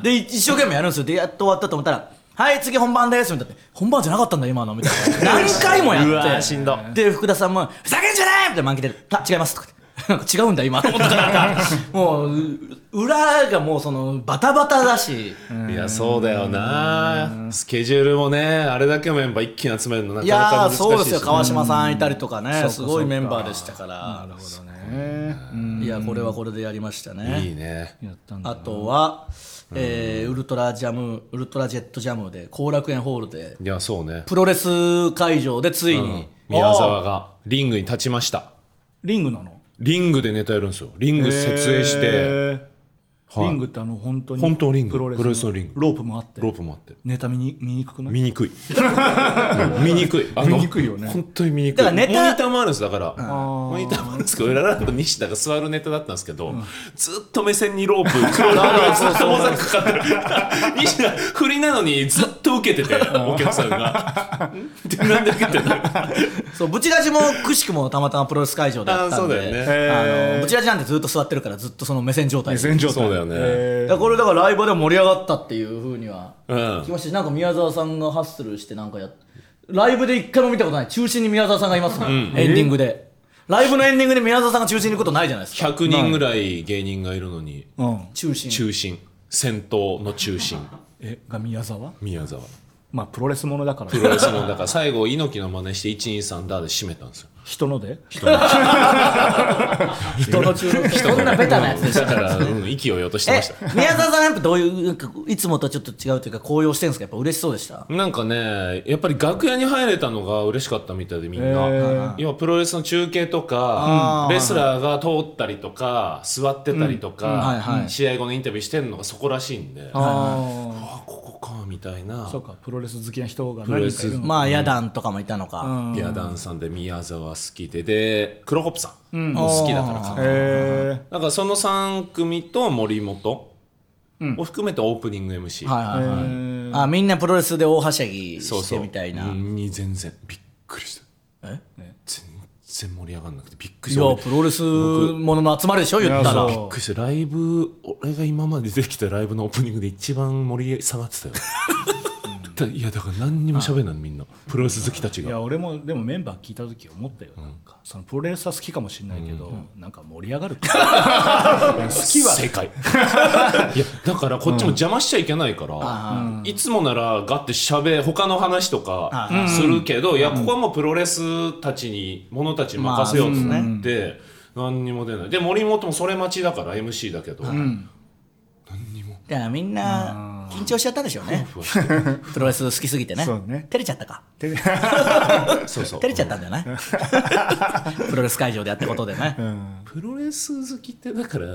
Speaker 3: で一生懸命やるんですよでやっと終わったと思ったら「はい次本番です」みたいな「本番じゃなかったんだ今の」みたいな何回もやって
Speaker 1: うわーしんど
Speaker 3: で福田さんも「ふざけんじゃねえ!」みたいな満喫で「あ違います」とかって。 *laughs* なんか違うん
Speaker 1: *laughs*
Speaker 3: だ今と思ったからなんか *laughs* もうう裏がもうそのバタバタだし
Speaker 1: いやそうだよなスケジュールもねあれだけメンバー一気に集めるのないかなか
Speaker 3: や
Speaker 1: 難
Speaker 3: ー
Speaker 1: しいし
Speaker 3: そうですよ
Speaker 1: ね
Speaker 3: 川島さんいたりとか
Speaker 2: そう
Speaker 3: ね
Speaker 2: か
Speaker 3: すごいメンバーでしたから
Speaker 2: そうだねうん
Speaker 3: いやこれはこれでやりました
Speaker 1: いい
Speaker 3: ね
Speaker 1: ね
Speaker 2: やったんだ
Speaker 3: あとはえーウルトラジャムウルトラジェットジャムで後楽園ホールで
Speaker 1: いやそうね
Speaker 3: プロレス会場でついに
Speaker 1: 宮沢がリングに立ちました
Speaker 2: リングなの
Speaker 1: リングでネタやるんですよリング設営して
Speaker 2: へー
Speaker 1: はい
Speaker 2: リングってあの本当に
Speaker 1: 本当リング
Speaker 2: プロレス
Speaker 1: プロレスのリング
Speaker 2: ロープもあって
Speaker 1: ロープもあって
Speaker 2: ネタ見に見にくくない
Speaker 1: 見にくい *laughs* うん見にくいあの
Speaker 2: 見にくいよね
Speaker 1: 本当に見にくい
Speaker 3: だからネタ
Speaker 1: モニターもあるんですだから
Speaker 2: ー
Speaker 1: モニターもあるんですけどラランド西田が座るネタだったんですけど、ずっと目線に
Speaker 2: *laughs*
Speaker 1: ロープ黒いロープがずっとモザイクかかってる西田振りなのにずっと受けててお客さんがんでなんで受けてんの
Speaker 3: そうブチラジもくしくもたまたまプロレス会場でやったん
Speaker 1: あーそうだよ
Speaker 3: で
Speaker 1: ね
Speaker 2: へー
Speaker 3: あのブチラジなんてずっと座ってるからずっとその目線状態です
Speaker 2: 戦場
Speaker 1: そうだよね
Speaker 3: だからこれだからライブでも盛り上がったっていうふうには
Speaker 1: うん
Speaker 3: 聞きましたしなんか宮沢さんがハッスルしてなんかやっライブで一回も見たことない中心に宮沢さんがいますもんエンディングでライブのエンディングで宮沢さんが中心にいることないじゃないですか
Speaker 1: 100人ぐらい芸人がいるのに
Speaker 2: うん
Speaker 3: 中心
Speaker 1: 中心先頭の中心
Speaker 2: えが宮沢
Speaker 1: 宮沢
Speaker 2: まあプロレスものだから
Speaker 1: プロレスもだから最後猪木の真似して123だで締めたんですよ
Speaker 2: 人ので
Speaker 3: 人の中心そんなベタなやつでし
Speaker 1: だ
Speaker 3: た
Speaker 1: から、うん、息をようとして
Speaker 3: え
Speaker 1: ました
Speaker 3: 宮沢さんはやっぱどういうなんかいつもとはちょっと違うというか高揚してるんですかやっぱ嬉しそうでした
Speaker 1: なんかねやっぱり楽屋に入れたのが嬉しかったみたいでみんな、
Speaker 2: へー
Speaker 1: 要はプロレスの中継とか、レスラーが通ったりとか座ってたりとか、
Speaker 3: はいはい
Speaker 1: 試合後のインタビューしてるのがそこらしいんで、あ
Speaker 2: あ
Speaker 1: あここかみたいな
Speaker 2: あそうかプロレス好きな人が
Speaker 1: プロレ
Speaker 2: 何
Speaker 1: ス
Speaker 2: かいるの
Speaker 3: まあヤダンとかもいたのか
Speaker 1: ビアダンさんで宮沢好きでで黒ホップさんも好きだからかな、
Speaker 2: へ
Speaker 1: だからその3組と森本を含めてオープニング MC、
Speaker 3: はいはいはい
Speaker 2: え
Speaker 3: あみんなプロレスで大はしゃぎ
Speaker 1: そう
Speaker 3: し
Speaker 1: そ
Speaker 3: て
Speaker 1: う
Speaker 3: みたいな
Speaker 1: うんに全然びっくりした
Speaker 3: え
Speaker 1: 全然盛り上がんなくてびっくり
Speaker 3: い
Speaker 1: した
Speaker 3: やプロレスものの集まりでしょ言った
Speaker 2: いや
Speaker 3: ら
Speaker 2: そう
Speaker 1: びっくりしたライブ俺が今まで出てきたライブのオープニングで一番盛り下が
Speaker 2: *laughs*
Speaker 1: ってたよだいやだから何にも喋んないみんなプロレス好きたち
Speaker 2: い
Speaker 1: が
Speaker 2: や俺もでもメンバー聞いた時思ったよなんかそのプロレスは好きかもしれないけどなんか盛り上がる *laughs* か好きは
Speaker 1: 正解いやだからこっちも邪魔しちゃいけないから、いつもならガッてしゃべ他の話とかするけど、いやここはもうプロレスたちに者たちに任せようと思って、何にも出ないで森本もそれ待ちだから MC だけど、
Speaker 3: じゃあみんな緊張しちゃったでしょうね
Speaker 1: ふわして
Speaker 3: プロレス好きすぎてね
Speaker 2: そうね
Speaker 3: 照れちゃったか
Speaker 2: て
Speaker 1: そうそう
Speaker 3: 照れちゃったんじゃない *laughs* プロレス会場でやったことでね
Speaker 1: プロレス好きってだから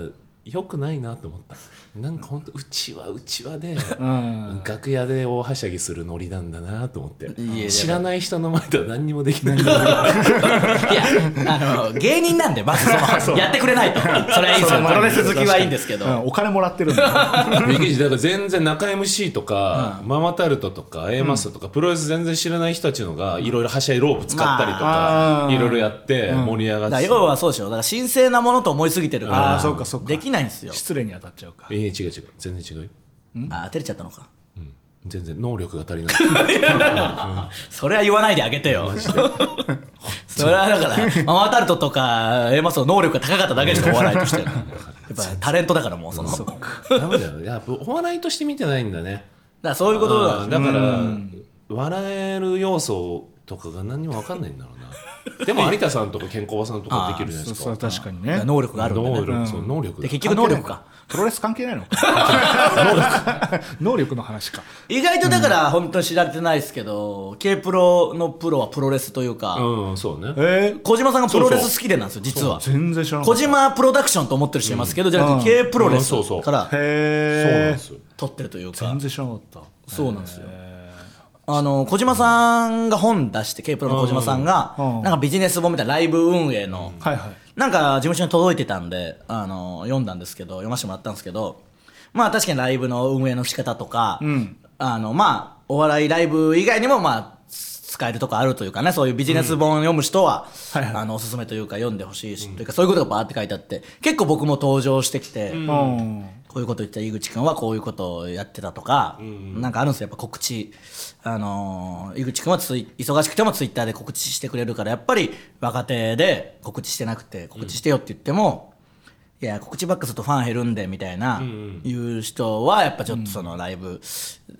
Speaker 1: よくないなと思ったなんか本当うちはうちはで、楽屋で大はしゃぎするノリなんだなと思って
Speaker 3: いや
Speaker 1: 知らない人の前では何にもできない
Speaker 3: いやあの芸人なんでまずそのやってくれないとそれはいいですよプロレス好きはいいんですけど、
Speaker 2: うんお金もらってるん *laughs* だ
Speaker 1: びっくりしただから全然中 MC とか、ママタルトとか A マストとか、プロレス全然知らない人たちのがいろいろはしゃいロープ使ったりと
Speaker 2: ま
Speaker 1: か
Speaker 2: あ
Speaker 1: いろいろやって盛り上が
Speaker 3: だ
Speaker 1: って
Speaker 3: から
Speaker 1: た、
Speaker 3: 要はそうでしょだから神聖なものと思いすぎてるから
Speaker 2: あーそうかそうか
Speaker 3: できないんですよ
Speaker 2: 失礼に当たっちゃうか
Speaker 1: ええ違う違う全然違うよ、
Speaker 3: あー照れちゃったのか
Speaker 1: うん、全然能力が足りない
Speaker 3: それは言わないであげてよ
Speaker 1: *laughs*
Speaker 3: それはだからママタルトとか A マスの能力が高かっただけでしょお笑いとしてのやっぱタレントだからもうそのだか
Speaker 1: ダメだよやっぱお笑いとして見てないんだね
Speaker 3: らそういうことだ
Speaker 1: あーだから笑える要素とかが何にも分かんないんだろう
Speaker 3: *laughs*
Speaker 1: なでも有田さんとか健康ばさんとかできるじゃない
Speaker 2: そ
Speaker 1: で
Speaker 2: う
Speaker 1: す
Speaker 2: そう
Speaker 1: か
Speaker 2: 確かに
Speaker 3: だか
Speaker 2: ね
Speaker 3: ら能力があるんだ
Speaker 1: 能
Speaker 3: ね
Speaker 1: 力、そう能力
Speaker 3: で
Speaker 1: だ
Speaker 3: 結局能
Speaker 2: *laughs*
Speaker 3: 力か
Speaker 2: プロレス関係ないのか *laughs* 能力の話か
Speaker 3: 意外とだから本当に知られてないですけど K プロのプロはプロレスというか
Speaker 1: うんそうね
Speaker 2: え
Speaker 3: 小島さんがプロレス好きでなんですよ実は
Speaker 2: 全然知らなか
Speaker 3: 小
Speaker 2: った
Speaker 3: 島プロダクションと思ってる人いますけどじゃなくて K プロレス
Speaker 1: うんそうそう
Speaker 3: か
Speaker 1: そう
Speaker 3: ら
Speaker 1: なん
Speaker 2: へえ
Speaker 1: ですよ
Speaker 3: 撮ってるというか
Speaker 2: 全然知らなかった
Speaker 3: そうなんですよあの小島さんが本出して K プロの小島さんが
Speaker 2: うん
Speaker 3: なんかビジネス本みたいなライブ運営の
Speaker 2: はいはい
Speaker 3: なんか事務所に届いてたんであの読んだんですけど読ませてもらったんですけどまあ確かにライブの運営の仕方とか、
Speaker 2: ん
Speaker 3: あのまあお笑いライブ以外にもまあ使えるとこあるというかねそういうビジネス本を読む人は、
Speaker 2: はいはい
Speaker 3: あのおすすめというか読んでほしいし、というかそういうことがバーって書いてあって結構僕も登場してきて、
Speaker 2: うん
Speaker 3: こういうこと言った井口君はこういうことをやってたとか、なんかあるんですよやっぱ告知、あのー井口君はツイ忙しくてもツイッターで告知してくれるからやっぱり若手で告知してなくて告知してよって言っても、いや告知ばっかするとファン減るんでみたいな、いう人はやっぱちょっとそのライブ、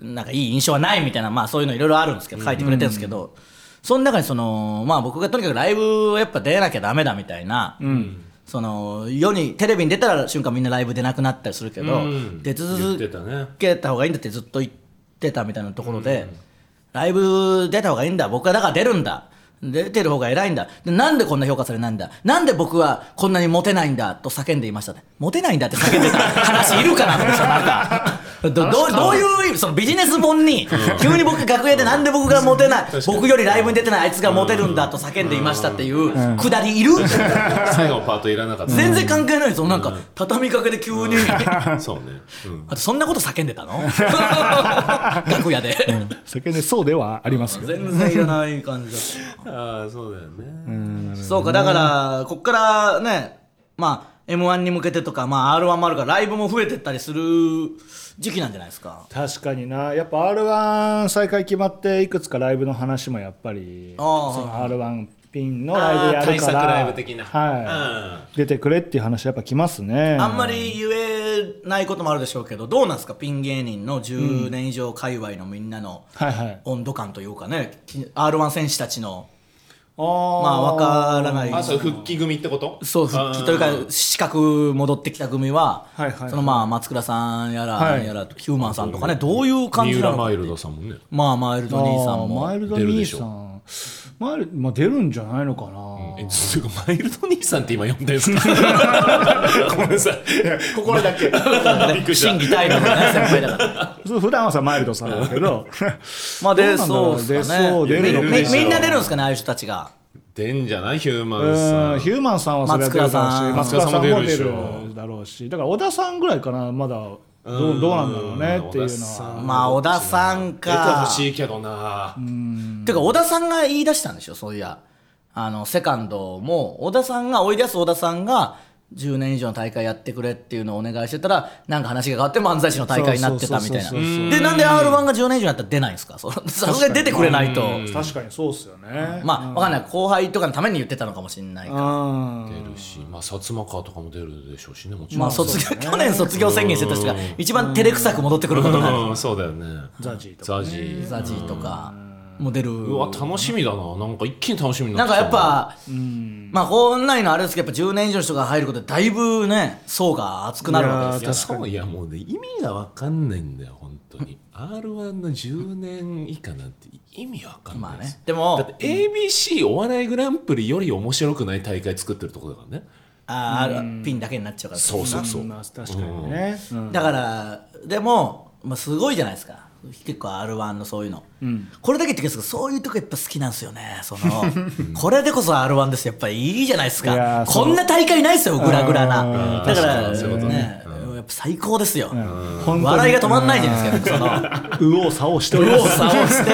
Speaker 3: なんかいい印象はないみたいなまあそういうのいろいろあるんですけど書いてくれてるんですけど。その中にその、まあ、僕がとにかくライブはやっぱ出なきゃダメだみたいな、その世にテレビに出た瞬間みんなライブ出なくなったりするけど、
Speaker 1: うん
Speaker 3: 出
Speaker 1: 言って
Speaker 3: 続
Speaker 1: たね
Speaker 3: けた方がいいんだってずっと言ってたみたいなところで、ライブ出た方がいいんだ僕はだから出るんだ出てる方が偉いんだでなんでこんな評価されないんだなんで僕はこんなにモテないんだと叫んでいましたねモテないんだって叫んでた話いるかなと思ってたなん *laughs* かどどうどういう意味そのビジネス本に急に僕が楽屋でなんで僕がモテない僕よりライブに出てないあいつがモテるんだと叫んでいましたっていうくだりいる
Speaker 1: 最後のパートいらなかった
Speaker 3: 全然関係ないですよなんか畳みかけで急に、 *laughs* あ
Speaker 1: そうね、うん、
Speaker 3: とそんなこと叫んでた *laughs* の楽屋で、
Speaker 2: 世間でそうではありますけど
Speaker 3: 全然いらない感じだっ
Speaker 1: *laughs* ああそうだよね、
Speaker 3: たそうかだからこっからねまあ m 1に向けてとか、まあ、r 1もあるからライブも増えてったりする時期なんじゃないですか
Speaker 2: 確かになやっぱ r 1再開決まっていくつかライブの話もやっぱりそ
Speaker 3: ああ
Speaker 2: の r 1ピンのライブやるから
Speaker 1: 対策ライブ的な
Speaker 2: はい出てくれっていう話やっぱ来ますね
Speaker 3: あんまり言えないこともあるでしょうけどどうなんですかピン芸人の10年以上界隈のみんなの
Speaker 2: はいはい
Speaker 3: 温度感というかね r 1選手たちの
Speaker 2: ま
Speaker 3: まあわからない
Speaker 1: あそう復帰組ってこと
Speaker 3: そう復帰というか資格戻ってきた組は、
Speaker 2: はいはいはい
Speaker 3: そのまあ松倉さんやら、
Speaker 2: はい
Speaker 3: やらヒューマンさんとかねどういう感じな
Speaker 1: 三浦
Speaker 3: のか
Speaker 1: マイルドさんもね
Speaker 3: まあマイルド兄さん
Speaker 2: あーマイ
Speaker 3: も
Speaker 2: ルド
Speaker 1: 出るで
Speaker 2: 兄
Speaker 1: し
Speaker 2: さんマイル、まあ、出るんじゃないのかな、
Speaker 1: えつうかマイルド兄さんって今呼んでるんですかごめんなさい心だけびっくりした
Speaker 3: 審議態度のね先輩だから
Speaker 2: そう普段はさマイルドさんだけ *laughs* ど
Speaker 3: まあ出
Speaker 2: どうなんだ
Speaker 3: そ
Speaker 2: ろ
Speaker 3: う
Speaker 2: う
Speaker 3: っすかね
Speaker 2: 出そう出
Speaker 1: るのか
Speaker 3: みみみんな出るんですかねああいう人たちが
Speaker 1: 出んじゃないヒュー
Speaker 2: う
Speaker 1: マンさ
Speaker 2: ん
Speaker 1: ん
Speaker 2: ヒューマンさんはそれは出るだろうし
Speaker 3: 松
Speaker 1: 倉
Speaker 2: 松倉
Speaker 1: さんも
Speaker 2: さんも
Speaker 1: 出
Speaker 2: 出
Speaker 1: る
Speaker 2: るだろうしだから小田さんぐらいかなまだどうどうなんだろうねっていうのは
Speaker 3: まあ小田さん
Speaker 1: 出て
Speaker 3: か
Speaker 1: ほしいけどな
Speaker 3: てか小田さんが言い出したんでしょそういやあのセカンドも小田さんが追い出す小田さんが10年以上の大会やってくれっていうのをお願いしてたらなんか話が変わって漫才師の大会になってたみたいな
Speaker 2: そうそうそうそう
Speaker 3: でなんで r 1が10年以上やったら出ないんですかそうさすがに出てくれないと
Speaker 2: 確かにそうっすよね
Speaker 3: まあわかんない後輩とかのために言ってたのかもしれないから
Speaker 2: あ
Speaker 1: 出るしまあ薩摩川とかも出るでしょうしねもちろん
Speaker 3: まあ卒業去年卒業宣言してた人が一番照れくさく戻ってくることになる
Speaker 1: うんそうだよね
Speaker 2: ザジーと
Speaker 1: ザ
Speaker 2: か
Speaker 1: ジー
Speaker 3: ザジーとかも出る
Speaker 1: うわ楽しみだななんか一気に楽しみにな
Speaker 3: なん
Speaker 1: って
Speaker 3: か
Speaker 1: きた
Speaker 3: やっぱ、まあ、本来のあれですけど、やっぱ10年以上の人が入ることで、だいぶね、層が厚くなるわけ
Speaker 1: い
Speaker 3: で
Speaker 1: や
Speaker 2: 確かに
Speaker 1: そういやもうね意味が分かんないんだよ本当に r 1の10年以下なんて意味わか
Speaker 3: す。
Speaker 1: んな
Speaker 3: ま
Speaker 1: い
Speaker 3: あ
Speaker 1: です、
Speaker 3: ね。で
Speaker 1: だっ
Speaker 3: も、
Speaker 1: て ABC お笑いグランプリより面白くない大会作ってるところだからね
Speaker 3: あー、ピンだけになっちゃうから
Speaker 1: そうそうそう、
Speaker 2: まあ確かにね、うん
Speaker 3: だからでも、まあ、すごいじゃないですか結構 r 1のそういうの、これだけ言ってくんですけどそういうとこやっぱ好きなんですよねその *laughs* これでこそ r 1ですやっぱりいいじゃないです
Speaker 2: いや
Speaker 3: か
Speaker 2: ーそう
Speaker 3: こんな大会ないですよグラグラな
Speaker 2: うん
Speaker 3: だから
Speaker 1: 確かにそういうことね
Speaker 3: ねやっぱ最高ですよ、
Speaker 2: 本当に
Speaker 3: 笑いが止まんないじゃないですかその
Speaker 2: 右往左往しており
Speaker 3: 右
Speaker 2: ま
Speaker 3: 往
Speaker 2: す
Speaker 3: 左往し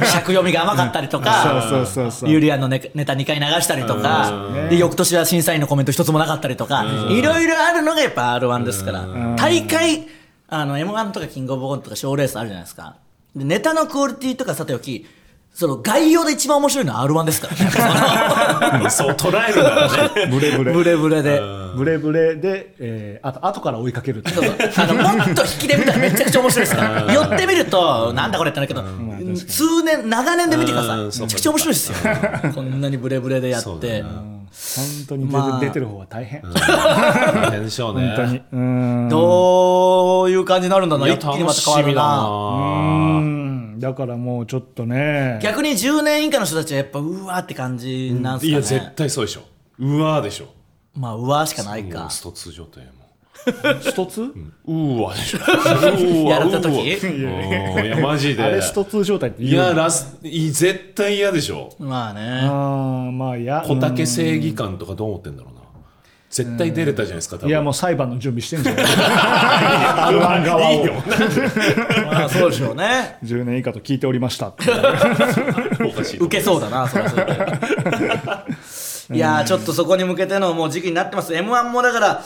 Speaker 3: て尺読みが甘かったりとか
Speaker 2: そうそうそうそう
Speaker 3: ユリアンのネネタ2回流したりとか、で翌年は審査員のコメント一つもなかったりとか、いろいろあるのがやっぱ r 1ですから、大会、あの m 1とかキングオブコントとか賞レースあるじゃないですか、でネタのクオリティとかさておき、その概要で一番面白いのは r 1ですからね
Speaker 1: そう捉えるならね
Speaker 2: ブレ *laughs* ブ
Speaker 3: その、
Speaker 2: レ
Speaker 3: ブレブレで。
Speaker 2: ブレブレで、えー、あと後から追いかけるっていう
Speaker 3: そうそうあのもっと引きで見たらめちゃくちゃ面白いですから寄ってみるとなんだこれってなるけど数年長年で見てください
Speaker 1: うん
Speaker 3: めち
Speaker 1: そう
Speaker 3: ゃ
Speaker 1: か
Speaker 3: くちゃ面白いですよこんなにブレブレでや
Speaker 1: そ
Speaker 3: っ
Speaker 1: うだ
Speaker 3: て
Speaker 1: な
Speaker 2: 本当に出,、
Speaker 3: まあ
Speaker 2: 出てる方は大変、
Speaker 1: 大変でしょうね
Speaker 2: 本当にうん
Speaker 3: どういう感じになるんだ
Speaker 1: い
Speaker 3: ろ
Speaker 1: うや
Speaker 3: 一気にま
Speaker 1: 楽
Speaker 3: た
Speaker 1: し
Speaker 3: 変わ
Speaker 1: み
Speaker 3: る
Speaker 1: だ
Speaker 3: な
Speaker 1: な
Speaker 2: うんだからもうちょっとね
Speaker 3: 逆に10年以下の人たちはやっぱうわーって感じなんす
Speaker 1: いや
Speaker 3: か
Speaker 1: 絶
Speaker 3: ね
Speaker 1: 対そうでしょうわーでしょ
Speaker 3: まあうわーしかない
Speaker 1: も
Speaker 3: か
Speaker 1: うストツー状態やもん
Speaker 2: 一つ、
Speaker 1: うーわでしょ。うーわ
Speaker 3: やられた時
Speaker 1: うーわいや、マジで。
Speaker 2: あれスト2状態って
Speaker 1: い
Speaker 2: 言う
Speaker 1: や、
Speaker 2: の
Speaker 1: ラス、い絶対嫌でしょ。
Speaker 3: まあね
Speaker 2: あーまあいや
Speaker 1: 小竹正義感とかどう思ってんだろうな。絶対出れたじゃないですか、多
Speaker 2: いやもう裁判の準備して
Speaker 3: *laughs*
Speaker 2: んじゃ *laughs* ない R1 側を
Speaker 3: まあそうでしょうね
Speaker 2: 10年以下と聞いておりましたって
Speaker 1: 分。おかしい。
Speaker 3: 受けそうだなそれはそれ
Speaker 1: *laughs*
Speaker 3: でいやーちょっとそこに向けてのもう時期になってます m 1もだから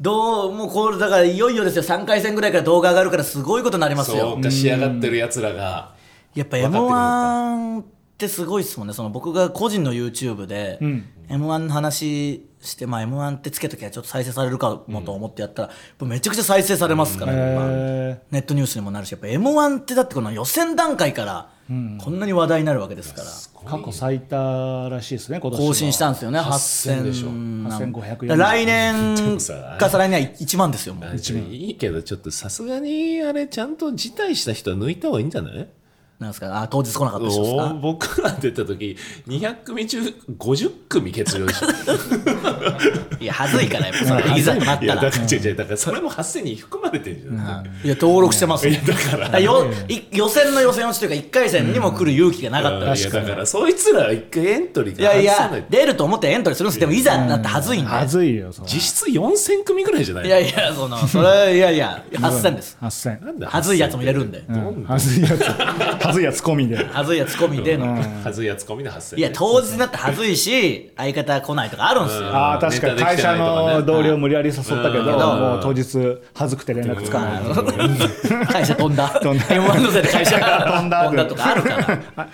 Speaker 3: どうもうこれだからいよいよですよ3回戦ぐらいから動画上がるからすごいことになります
Speaker 1: そ
Speaker 3: よ
Speaker 1: うか、仕上がってる奴らが。
Speaker 3: やっぱ
Speaker 1: 分かってくるの
Speaker 3: m
Speaker 1: か
Speaker 3: 1ってすごいですもんねその僕が個人の YouTube で、m 1の話して、まあ、m 1ってつけときゃちょっと再生されるかもと思ってやったら、やっぱめちゃくちゃ再生されますから、やっぱ
Speaker 2: え
Speaker 3: ネットニュースにもなるしやっぱ m 1ってだってこの予選段階からこんなに話題になるわけですから、
Speaker 2: ー過去最多らしいですね今年は
Speaker 3: 更新したんですよね
Speaker 1: 8000でしょ
Speaker 3: 8000なんぼ
Speaker 2: 8540
Speaker 3: だから来年
Speaker 1: でもさ
Speaker 3: か再来年は1万ですよもう
Speaker 1: あちょいいけど、ちょっとさすがに、あれ、ちゃんと辞退した人は抜いた方がいいんじゃない
Speaker 3: なんですかあ当日来なかった人です
Speaker 1: お
Speaker 3: か
Speaker 1: ー僕ら出た時200組中50組欠場でしょ
Speaker 3: いやはずいからやっぱそれいざとなっ
Speaker 1: い
Speaker 3: た
Speaker 1: や
Speaker 3: ら
Speaker 1: だから違う違うだからそれも8000に含まれてるじゃん
Speaker 3: いや登録してますよだからよい予選の予選落ちというか1回戦にも来る勇気がなかったら
Speaker 1: い
Speaker 3: し
Speaker 1: や
Speaker 3: く
Speaker 1: だからそいつら一回エントリー
Speaker 3: い
Speaker 1: が
Speaker 3: やい
Speaker 1: 外さな
Speaker 3: や
Speaker 1: い
Speaker 3: 出ると思ってエントリーするんですでもいざになってはずいんで
Speaker 2: はずいよその
Speaker 1: 実質4000組ぐらいじゃない
Speaker 3: い
Speaker 1: の
Speaker 3: やいやそのそれいやいや8000です
Speaker 2: 8000
Speaker 1: なんだ
Speaker 3: はずいやつも入れるんで
Speaker 1: どん
Speaker 2: はずいやつはずいやつ込みで
Speaker 3: はずいやツッコミでの
Speaker 1: はずいやつ込みの8000
Speaker 3: いや当日になってはずいし相方来ないとかあるんですよ
Speaker 2: ああ確かに
Speaker 1: ネタで
Speaker 2: 会
Speaker 1: きてな
Speaker 2: 社
Speaker 1: いとかね
Speaker 2: の同僚無理やり誘ったけど
Speaker 1: うん
Speaker 2: もう当日はずくて連絡つか
Speaker 1: *laughs*
Speaker 2: ない
Speaker 3: 会社飛んだ
Speaker 2: 飛んだ
Speaker 3: M1 のせいで会社が
Speaker 2: 飛んだ
Speaker 3: 飛んだとかあるから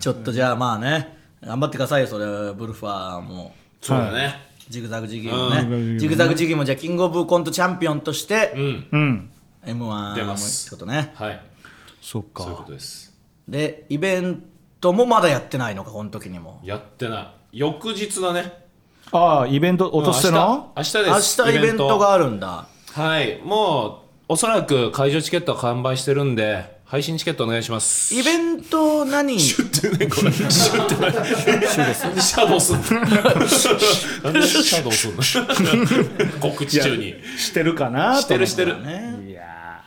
Speaker 3: ちょっとじゃあまあね頑張ってくださいよそれブルファーも
Speaker 1: そうだね
Speaker 3: ジグザグジギーもね
Speaker 2: ん
Speaker 3: ジグザグジギーもじゃあキングオブコントチャンピオンとして
Speaker 1: うん
Speaker 2: うん、
Speaker 3: M1 も
Speaker 1: 出ま
Speaker 3: って
Speaker 1: す
Speaker 3: ことね
Speaker 1: はい
Speaker 2: そっ
Speaker 1: そういうことです
Speaker 3: でイベントもまだやってないのかこの時にも
Speaker 1: やってない翌日だね
Speaker 2: ああイベント落としての
Speaker 1: 明日明日
Speaker 3: 明
Speaker 1: です
Speaker 3: 日イベントがあるんだ
Speaker 1: はいもうおそらく会場チケットは完売してるんで配信チケットお願いします
Speaker 3: イベント何
Speaker 1: なんでシャドウすんのなんでシャドウすんの告知中に
Speaker 2: してるかな
Speaker 1: してるしてる
Speaker 2: いや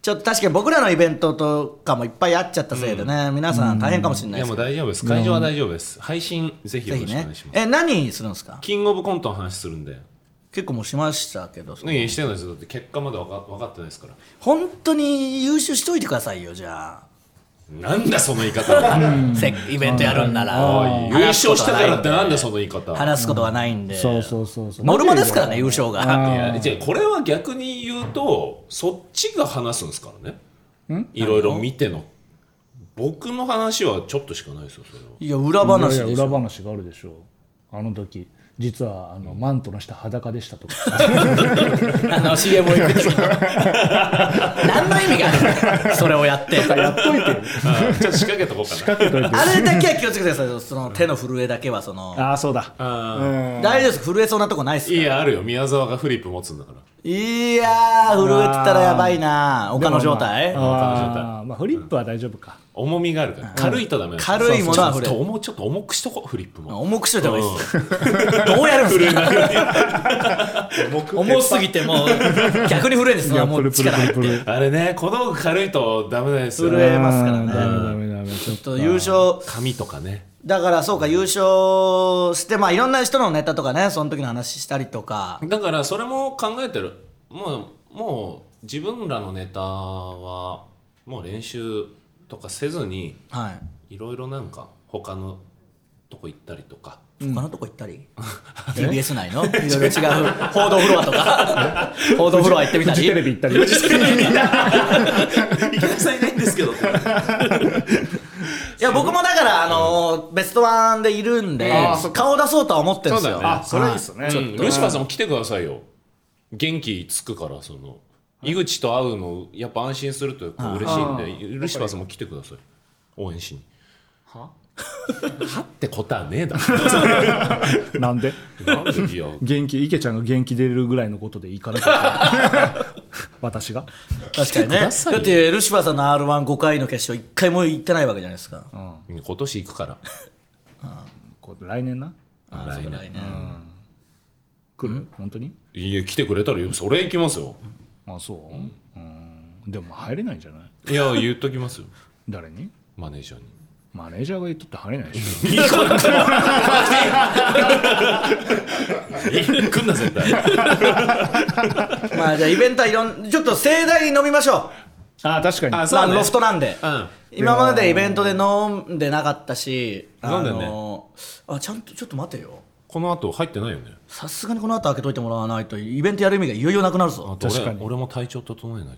Speaker 3: ちょっと確かに僕らのイベントとかもいっぱいあっちゃったせいでね、皆さん大変かもしれない
Speaker 1: いや
Speaker 3: です
Speaker 1: もう
Speaker 3: けど、
Speaker 1: 大丈夫です会場は大丈夫です配信ぜひよ
Speaker 3: ぜ
Speaker 1: ろ
Speaker 3: ひ
Speaker 1: しくお願
Speaker 3: ね
Speaker 1: いします、
Speaker 3: え何するんですか
Speaker 1: キングオブコントの話するんで
Speaker 3: 結構もうしましたけど、その
Speaker 1: 何してないですよだって結果まだ分か分かってないですから
Speaker 3: 本当に優秀しといてくださいよじゃ
Speaker 1: なんだその言い方は
Speaker 3: あ、せっイベントやるんなら
Speaker 1: おい優
Speaker 3: 話すこ
Speaker 1: 勝し
Speaker 3: と
Speaker 1: た
Speaker 3: は
Speaker 1: か
Speaker 3: ない
Speaker 1: らってなんだその言い方い
Speaker 3: 話すことはないんで、
Speaker 2: そうそうそうそう
Speaker 3: ノルマですからね優勝が
Speaker 1: やじゃあこれは逆に言うとそっちが話すんですからねいろいろ見ての僕の話はちょっとしかないですよそれはい
Speaker 3: や裏
Speaker 2: い
Speaker 3: 話
Speaker 2: やい
Speaker 3: で
Speaker 2: や
Speaker 3: しょ
Speaker 2: 裏話があるでしょうあの時実はあのマントの下裸でしたとか
Speaker 3: あの CM を行く時の何の意味があるのそれをやって
Speaker 2: やっとい
Speaker 1: *laughs*
Speaker 2: て
Speaker 3: *laughs*
Speaker 1: あちょっと仕掛けとこうかな
Speaker 3: あれだけは気をつけてくださいよその手の震えだけはその
Speaker 2: ああそうだ
Speaker 1: あ
Speaker 3: 大丈夫です震えそうなとこないっす
Speaker 1: ー
Speaker 3: か
Speaker 1: いやあるよ宮沢がフリップ持つんだから
Speaker 3: いいやー、震えてたらやばいな、
Speaker 2: で
Speaker 3: 岡
Speaker 2: も
Speaker 3: 野状態
Speaker 2: まああーまあフリップは大丈夫か、
Speaker 1: 重みがあるから軽いとダメだ
Speaker 3: 軽いものは
Speaker 1: ちょっ
Speaker 3: 触れ
Speaker 1: と重ちょっと重くしとこうフリップも
Speaker 3: 重くしといた方がいいです。 *laughs* どうやるんですか重すぎてもう、逆に震えんですよ、もう力入って。ち
Speaker 1: あれね小道具軽いとダメなんですよ
Speaker 3: 震え
Speaker 1: ね
Speaker 3: ますからね
Speaker 2: あーダメダメダメちょっ
Speaker 3: ょっと優勝、
Speaker 1: 紙とかね
Speaker 3: だからそうか、優勝して、まあいろんな人のネタとかね、その時の話したりとか。
Speaker 1: だからそれも考えてるもうもう自分らのネタはもう練習とかせずに
Speaker 3: はい。
Speaker 1: いろいろなんか他のとこ行ったりとか
Speaker 3: 他のとこ行ったり TBS 内のいろいろ違う報道フロアとか報道フロア行ってみた
Speaker 2: フ *laughs*
Speaker 3: り
Speaker 2: ジテレビ行ったり
Speaker 1: 池田さんいないんですけど
Speaker 3: いや僕もだから、あのーベストワンでいるんで、顔出そうとは思ってるんですよ
Speaker 1: そうだよねあ
Speaker 2: それいいっすね
Speaker 3: は
Speaker 2: ち
Speaker 3: ち
Speaker 2: ょ
Speaker 3: ょ
Speaker 2: っ
Speaker 3: っ
Speaker 2: と
Speaker 1: ルシファーさんも来てくださいよ元気つくからその井口と会うのやっぱ安心するというか嬉しいんでルシファーさんも来てください応援しにはってことはねえだろ
Speaker 2: なんで
Speaker 1: なんでいや
Speaker 2: 元気池ちゃんが元気出るぐらいのことでいいかなか *laughs* った私が
Speaker 3: と確かにねだってルシファーさんの r 1 5回の決勝1回も行ってないわけじゃないですか、
Speaker 1: 今年行くから
Speaker 2: こう来年な
Speaker 1: 来年
Speaker 3: 来年
Speaker 2: 来る本当に
Speaker 1: いや来てくれたらよそれ行きますよ
Speaker 2: あそううんでも入れないんじゃない
Speaker 1: いや言っときますよ
Speaker 2: 誰に
Speaker 1: マネージャーに
Speaker 2: マネージャーが言っとって入れないでしょ
Speaker 1: 来んな絶対
Speaker 3: まあじゃあイベントはいろんちょっと盛大に飲みましょ
Speaker 2: *laughs* ああ確か
Speaker 1: あ
Speaker 2: に
Speaker 3: う
Speaker 1: そうだね
Speaker 3: まあロフトなんで、
Speaker 1: うん
Speaker 3: 今までイベントで飲んでなかったし
Speaker 1: 飲んだよね
Speaker 3: あのーあちゃんとちょっと待てよ
Speaker 1: この後入ってないよね
Speaker 3: さすがにこの後開けといてもらわないとイベントやる意味がいよいよなくなるぞ
Speaker 1: 俺
Speaker 2: 確かに
Speaker 1: 俺も体調整えないとな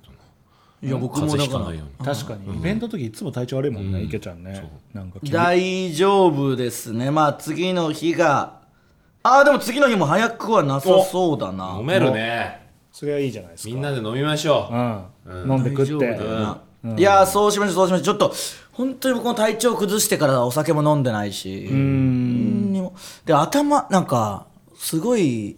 Speaker 1: い
Speaker 3: や僕
Speaker 1: 風
Speaker 3: も
Speaker 1: 邪
Speaker 3: だ
Speaker 1: ひか
Speaker 3: か
Speaker 1: ないよ
Speaker 3: ら
Speaker 1: うに
Speaker 2: 確かにイベントの時いつも体調悪いもんね池ちゃんねなんか
Speaker 3: 大丈夫ですねまあ次の日がああでも次の日も早くはなさそうだな
Speaker 1: 飲めるね
Speaker 2: それはいいじゃないですか
Speaker 1: みんなで飲みましょ
Speaker 2: うん飲んで食って
Speaker 3: 大丈夫だなうんいやーそうしましょうそうしましょうちょっと本当に僕も体調崩してからお酒も飲んでないしうんにもで頭なんかすごい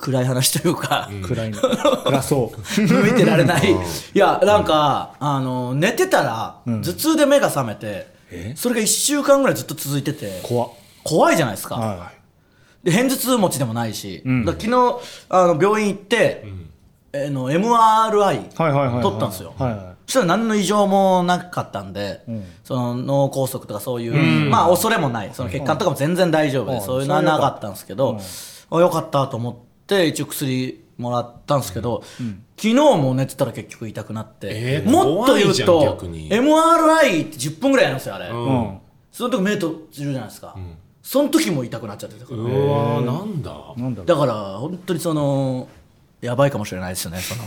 Speaker 3: 暗い話というか、
Speaker 2: 暗いの暗そう
Speaker 3: 見てられないいやなんか、あの寝てたら、頭痛で目が覚めてそれが1週間ぐらいずっと続いてて
Speaker 2: 怖っ
Speaker 3: 怖いじゃないですか、
Speaker 2: は
Speaker 3: で偏頭痛持ちでもないし、だから昨日あの病院行って、えーの
Speaker 2: い
Speaker 3: MRI
Speaker 2: はいはいはい
Speaker 3: 取ったんですよ、
Speaker 2: はいは
Speaker 3: そしたら何の異常もなかったんで、その脳梗塞とかそういう、まあ恐れもないその血管とかも全然大丈夫で、
Speaker 2: うん
Speaker 3: そういうのはなかったんですけど、あよかったと思って一応薬もらったんですけど、昨日も寝てたら結局痛くなって、
Speaker 1: えー
Speaker 3: もっと言
Speaker 1: 怖
Speaker 3: う
Speaker 1: いじゃん
Speaker 3: と
Speaker 1: 逆に
Speaker 3: MRI って10分ぐらいなんですよあれ、
Speaker 1: う
Speaker 2: い
Speaker 1: うん
Speaker 3: その時目閉じるじゃないですか、その時も痛くなっちゃってたから
Speaker 1: うわーなんだ
Speaker 2: うんなんだろ
Speaker 3: だから本当にそのやばいかもしれないですよね
Speaker 1: *laughs*
Speaker 3: その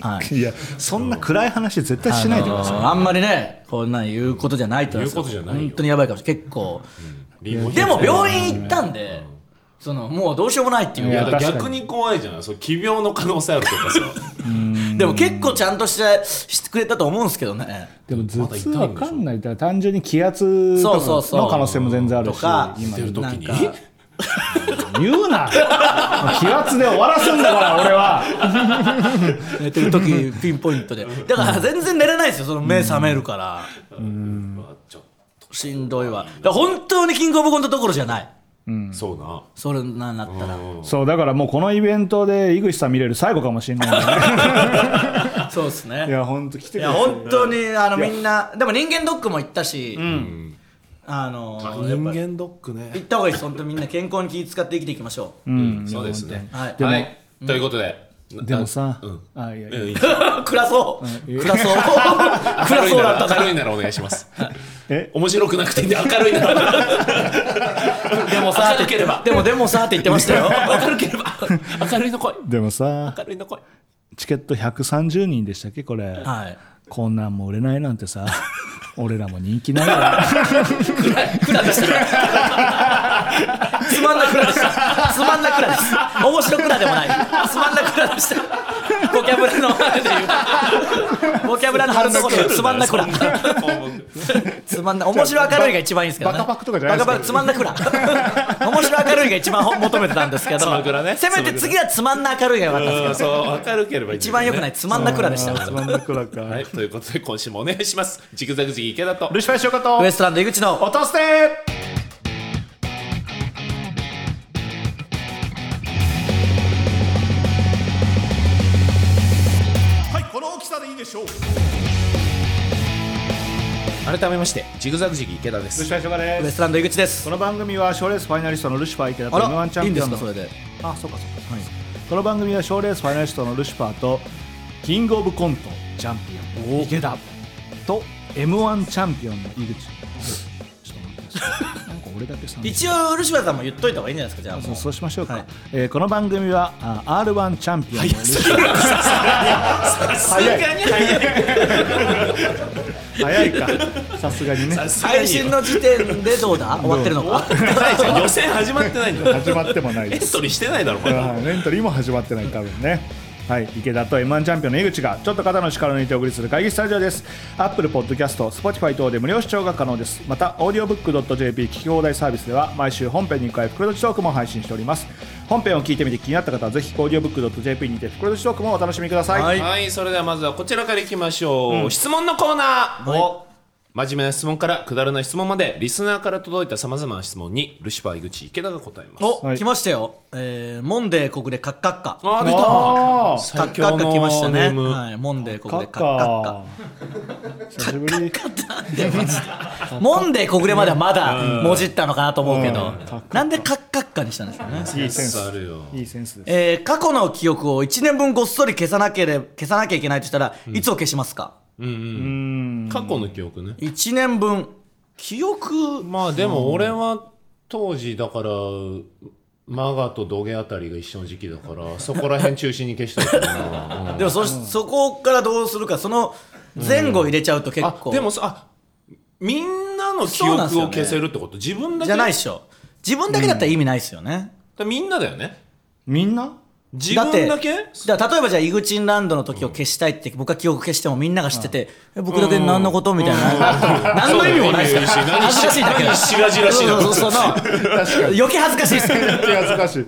Speaker 3: はい、
Speaker 2: ういや *laughs* そんな暗い話絶対しないでください
Speaker 3: あのあんまりねこんなん言うことじゃないと思いますよ
Speaker 1: 言うことじゃないよ
Speaker 3: 本当にやばいかもしれない結構
Speaker 1: リンゴ
Speaker 3: でも病院行ったんで、そのもうどうしようもないってい
Speaker 1: い
Speaker 3: う
Speaker 1: や
Speaker 2: い
Speaker 1: だ
Speaker 2: や
Speaker 1: から
Speaker 2: 確か
Speaker 1: 逆
Speaker 2: に
Speaker 1: に怖いじゃないそう奇病の可能性あるとかさ
Speaker 3: でも結構ちゃんとしてしてくれたと思うんですけどね
Speaker 2: でも頭痛わかんないだから単純に気圧と
Speaker 3: そうそう
Speaker 2: か
Speaker 3: そう
Speaker 2: の可能性も全然ある
Speaker 3: と
Speaker 2: し
Speaker 3: か
Speaker 1: 寝てる時に
Speaker 3: なんか
Speaker 2: 言うな *laughs* 気圧で終わらすんだから俺は
Speaker 3: 寝て
Speaker 1: *laughs*
Speaker 3: る時ピンポイントでだから全然寝れないですよその目覚めるから、
Speaker 1: まあちょっ
Speaker 3: しんどいわだから本当にキングオブコントどころじゃない
Speaker 1: とそうな
Speaker 3: それななったら
Speaker 2: そうだからもうこのイベントで井口さん見れる最後かもしれない、ね、
Speaker 3: そうですね
Speaker 2: いや本当来て
Speaker 3: い
Speaker 2: く
Speaker 3: や
Speaker 2: ださい
Speaker 3: 本当にあのみんなでも人間ドックも行ったし、あのやっぱり
Speaker 1: 間ドックね
Speaker 3: 行った方がいいです本当みんな健康に気使って生きていきましょ
Speaker 1: *laughs*
Speaker 3: う、
Speaker 1: そうですね
Speaker 3: はい
Speaker 1: はいはいということで
Speaker 2: でもさ、
Speaker 1: うん
Speaker 2: あいやいや
Speaker 1: うんいい
Speaker 3: 暗そう、暗そう
Speaker 1: 明
Speaker 3: 暗
Speaker 1: るい
Speaker 3: そう
Speaker 1: な
Speaker 3: だ
Speaker 1: ら
Speaker 3: った
Speaker 1: 明
Speaker 3: な
Speaker 1: るいならお願いします
Speaker 2: え
Speaker 1: 面白くなくていいんで明るいなら
Speaker 3: でもさって
Speaker 1: 明るければ
Speaker 3: でもでもさって言ってましたよ
Speaker 1: 明るければ明るいの声
Speaker 2: でもさ
Speaker 1: 明るいの声
Speaker 2: チケット130人でしたっけこれ、
Speaker 3: はい
Speaker 2: こんなんも売れないなんて *laughs* さ俺らも人気ないよ
Speaker 3: 暗でしたねつまんな暗でしたつまんな暗です面白暗でもないつまんな暗でしたボキャブラのあれでいうボキャブラの春のことつまんな
Speaker 1: そ
Speaker 3: 暗
Speaker 1: んな項目
Speaker 3: つつまんな面白明るいが一番いいんですけどね
Speaker 2: バカバカとかじゃないです
Speaker 3: バカバカつまんなくら面白明るいが一番ほ求めてたんですけど
Speaker 1: つまくらね
Speaker 3: せめて次はつまんな明るいが良かったんですけ
Speaker 1: う
Speaker 3: ど
Speaker 1: んそう明るければいいんだ
Speaker 3: 一
Speaker 1: よね
Speaker 3: 番良くないつまんなくらでした
Speaker 2: つまんなくらか。
Speaker 1: はいということで今週もお願いしますジグザグジギー池田と
Speaker 2: ルシファーしようかと
Speaker 3: ウエ。ストランド井口の
Speaker 2: 落として
Speaker 1: はいこの大きさでいいでしょう改めましてジグザグジギー池田で
Speaker 2: ルシ
Speaker 1: す
Speaker 2: ファーしようか
Speaker 3: ウエ
Speaker 2: で
Speaker 3: ス
Speaker 2: す。
Speaker 3: トランド井口です
Speaker 2: この番組は賞レースファイナリストのルシファー池田と
Speaker 3: あ
Speaker 2: M1 チ
Speaker 3: ら
Speaker 2: ャ
Speaker 3: いい
Speaker 2: ン
Speaker 3: ん
Speaker 2: ピ
Speaker 3: で
Speaker 2: オン
Speaker 3: すか
Speaker 2: の
Speaker 3: それで
Speaker 2: あ、そうかそうか。この番組は賞レースファイナリストのルシファーとキングオブコントチャンピオン池田と M1 チャンピオンの井口。ちょっと待ってください *laughs* なんか俺だけさ。
Speaker 3: 一応漆原さんも言っといた方がいいんじゃないですかじゃあも
Speaker 2: そう
Speaker 3: う
Speaker 2: そうしましょうか、
Speaker 3: はい
Speaker 2: えーこの番組はあ R1 チャンピオンのルシファー
Speaker 1: さすがに早い
Speaker 2: 早いかさすがにね
Speaker 3: 最新の時点でど
Speaker 2: *laughs*
Speaker 3: うだ終わってるのか
Speaker 1: 大ちゃん予選始まってないんだよ
Speaker 2: 始まってもない
Speaker 1: エ
Speaker 2: で
Speaker 1: ン
Speaker 2: す
Speaker 1: トリーしてないだろまだ
Speaker 2: はいエントリーも始まってない多分ねはい、池田と M1 チャンピオンの井口がちょっと肩の力を抜いてお送りする会議スタジオです Apple Podcast、Spotify 等で無料視聴が可能ですまた audiobook.jp 聞き放題サービスでは毎週本編に加え袋とじトークも配信しております本編を聞いてみて気になった方はぜひ audiobook.jp にて袋とじトークもお楽しみください、
Speaker 3: はい
Speaker 1: はいそれではまずはこちらからいきましょう、質問のコーナー、お真面目な質問からくだらない質問までリスナーから届いたさまざまな質問にルシファー井口池田が答えます
Speaker 3: お、
Speaker 2: はい
Speaker 3: 来ましたよ、えー、モンデー国でカッカッカ
Speaker 1: あー出
Speaker 2: あー
Speaker 1: た
Speaker 3: カッカッカ来ました
Speaker 1: ネ
Speaker 3: ね、
Speaker 1: ーム
Speaker 3: はい、モンデー
Speaker 2: カ
Speaker 3: 国で
Speaker 2: ッ
Speaker 3: カッカッカ
Speaker 2: カー久しぶり
Speaker 3: モンデー小暮まではまだもじったのかなと思うけ
Speaker 2: う
Speaker 3: ど
Speaker 2: んカッカッカ、
Speaker 3: なんでカッカッカにしたんですかね。
Speaker 2: いいセンス
Speaker 1: あるよ
Speaker 2: いいセンスです
Speaker 3: えー過去の記憶を1年分ごっそり消さなければ消さなきゃいけないとしたら、いつを消しますか
Speaker 1: うんうん過去の記憶ね
Speaker 3: ?1 年分。記憶、
Speaker 1: まあでも俺は当時だからマガと土下あたりが一緒の時期だからそこら辺中心に消したいかな、うん
Speaker 3: でもそ、そこからどうするか、その前後入れちゃうと結
Speaker 1: あ
Speaker 3: 構。
Speaker 1: でもさあみんなの記
Speaker 3: そう
Speaker 1: 憶
Speaker 3: なん
Speaker 1: を
Speaker 3: すよね
Speaker 1: 消せるってこと、自分だけ
Speaker 3: じゃないっしょ。自分だけだったら意味ないですよね。
Speaker 1: だみんなだよね
Speaker 2: みんな
Speaker 1: 自分だけ
Speaker 3: だから例えばじゃあ、イグチンランドの時を消したいって、僕が記憶消してもみんなが知ってて、え僕だけ何のことみたいな。何の意味もないですから。恥ずかしいだけだ
Speaker 1: 何しがじらしいな
Speaker 3: そうそうそうその余計恥ずかしいですけ
Speaker 2: め
Speaker 3: ど
Speaker 2: っちゃ恥ずかしい。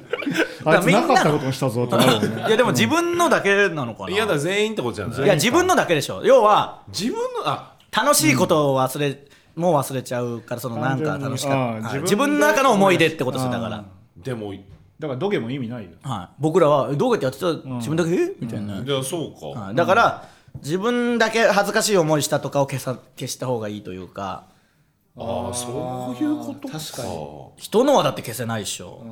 Speaker 2: あいつ
Speaker 3: みんな
Speaker 2: なかったことにしたぞってなるもんね。
Speaker 3: いやでも自分のだけなのかな。
Speaker 1: 嫌だ全員ってことじゃない
Speaker 3: いや自分のだけでしょ。要は
Speaker 1: 自分のあ
Speaker 3: 楽しいことを忘れ、もう忘れちゃうからそのなんか楽しか
Speaker 2: 単純にあ
Speaker 3: った
Speaker 2: あ
Speaker 3: はい。
Speaker 2: 自
Speaker 3: 自
Speaker 2: 分
Speaker 3: 分
Speaker 2: で
Speaker 3: の中の思い出ってことですよだから。
Speaker 1: でも
Speaker 2: だから土下も意味ないよ。
Speaker 3: はい。僕らはえどうやってやってた自分だけえみたいな。
Speaker 1: じゃあそうか、
Speaker 3: はいだから自分だけ恥ずかしい思いしたとかを消さ消した方がいいというか。
Speaker 1: ああそういうことか確かに
Speaker 3: 人のはだって消せないでしょ。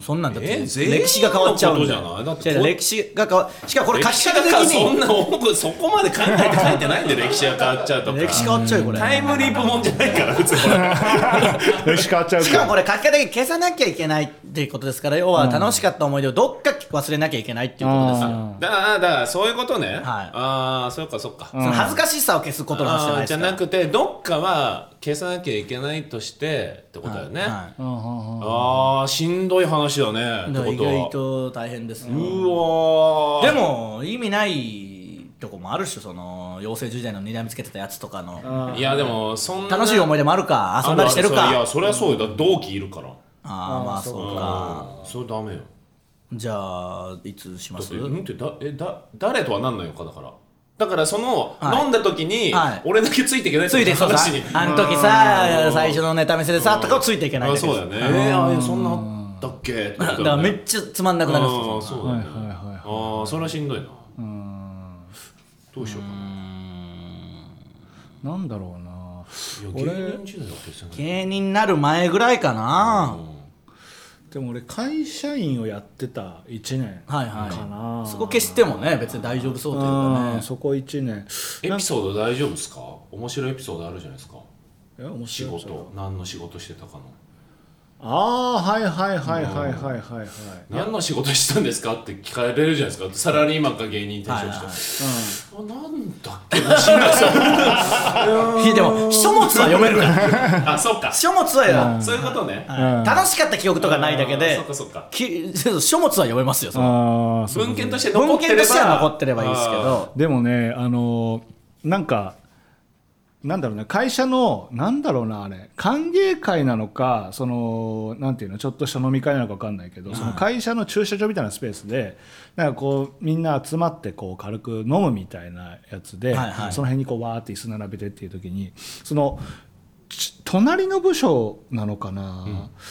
Speaker 3: そんなんだって
Speaker 1: え
Speaker 3: 歴
Speaker 1: 全員の
Speaker 3: 史が変わっちゃう
Speaker 1: こ
Speaker 3: んだ
Speaker 1: とじゃな
Speaker 3: よ
Speaker 1: いだって
Speaker 3: 違う
Speaker 1: こ
Speaker 3: 歴史が変わしかもこれ書
Speaker 1: 歴
Speaker 3: き
Speaker 1: 史
Speaker 3: 方
Speaker 1: が
Speaker 3: 的
Speaker 1: そん
Speaker 3: に
Speaker 1: な多くそこまで考えて書いてないんで歴史が変わっちゃうとか
Speaker 3: 歴史変わっちゃうよこれ。
Speaker 1: タイムリープもんじゃないから別に
Speaker 2: *laughs* 歴史変わっちゃう
Speaker 3: しかもこ
Speaker 2: か
Speaker 3: れ書き方だけ消さなきゃいけないっていうことですから要は楽しかった思い出をどっか忘れなきゃいけないっていうことですよ、
Speaker 2: ら。
Speaker 1: だからだからそういうことね、ああーそうかそうか、
Speaker 3: その恥ずかしさを消すことなんじゃない
Speaker 1: あー
Speaker 3: で
Speaker 1: じゃ
Speaker 3: す
Speaker 1: な
Speaker 3: か
Speaker 1: くてどっかは消さなきゃいけないとしてってことだよね、
Speaker 3: は
Speaker 2: うんうんうん
Speaker 1: あーしんどい話だね
Speaker 3: い
Speaker 1: っ
Speaker 3: だ
Speaker 1: て
Speaker 3: か
Speaker 1: こ
Speaker 3: ら意
Speaker 1: とは
Speaker 3: 外と大変ですよ
Speaker 1: うわー
Speaker 3: でも意味ないとこもあるっしょその養成時代の睨みつけてたやつとかの
Speaker 1: いやでもそんな
Speaker 3: 楽しい思い出もあるか遊んだりしてる
Speaker 1: ああい
Speaker 3: か
Speaker 1: やそれはそうよだって同期いるから
Speaker 3: ああまあそうか
Speaker 1: うんそれダメよ
Speaker 3: じゃあいつしま
Speaker 1: だっ
Speaker 3: す
Speaker 1: てうんってだえだ誰とはなんないのかだからだからその、
Speaker 3: はい
Speaker 1: 飲んだ時に、
Speaker 3: はい
Speaker 1: 俺だけついていけないって
Speaker 3: ついて
Speaker 1: こ
Speaker 3: そ
Speaker 1: と
Speaker 3: うさ
Speaker 1: 話に
Speaker 3: あの時さ最初のネタ見せでさとかをついていけない
Speaker 1: あ
Speaker 3: けで
Speaker 1: そう
Speaker 3: す
Speaker 1: だよねえー、あーそんなあったっけってことだ
Speaker 3: だ
Speaker 1: よね
Speaker 3: からめっちゃつまんなくなるんです
Speaker 1: あ
Speaker 3: よ
Speaker 1: ーそうだね、
Speaker 2: はいはいはいはい
Speaker 1: ああそれはしんどいなどうしようかな
Speaker 2: なんだろうな。
Speaker 1: いや芸人時代は消せない
Speaker 3: 芸人になる前ぐらいかな、
Speaker 2: でも俺会社員をやってた一年か
Speaker 3: はいはい
Speaker 2: な。
Speaker 3: そこ消してもね別に大丈夫そうというか
Speaker 2: うん
Speaker 3: ね
Speaker 2: そこ一年。
Speaker 1: エピソード大丈夫ですか面白いエピソードあるじゃないですか
Speaker 2: え面
Speaker 1: 仕
Speaker 2: 白い。
Speaker 1: 事何の仕事してたかの
Speaker 2: ああはいはいはいはいはいはいはい。
Speaker 1: 何の仕事してたんですかって聞かれるじゃないですかサラリーマンか芸人転職
Speaker 3: はい
Speaker 1: して、あなんだっけしんどいですよ
Speaker 3: いやでも書物は読めるから
Speaker 1: *laughs* あそ
Speaker 3: *laughs*
Speaker 1: っか
Speaker 3: 書物はや
Speaker 1: そういうことね
Speaker 2: うん
Speaker 3: 楽しかった記憶とかないだけ
Speaker 1: あー
Speaker 3: で
Speaker 1: そっかそっか
Speaker 3: き *laughs* 書物は読めますよその
Speaker 2: ああそう
Speaker 1: 文献として残
Speaker 3: 文
Speaker 1: ってれば
Speaker 3: 献としては残ってればいいですけ
Speaker 1: あ
Speaker 3: ど
Speaker 2: でもねあのーなんかなんだろうな会社のなんだろうなあれ歓迎会なのかそのなんていうのちょっとした飲み会なのか分かんないけどその会社の駐車場みたいなスペースでなんかこうみんな集まってこう軽く飲むみたいなやつで、
Speaker 3: はいはい
Speaker 2: その辺にこうわーって椅子並べてっていう時にそのち隣の部署なのかな、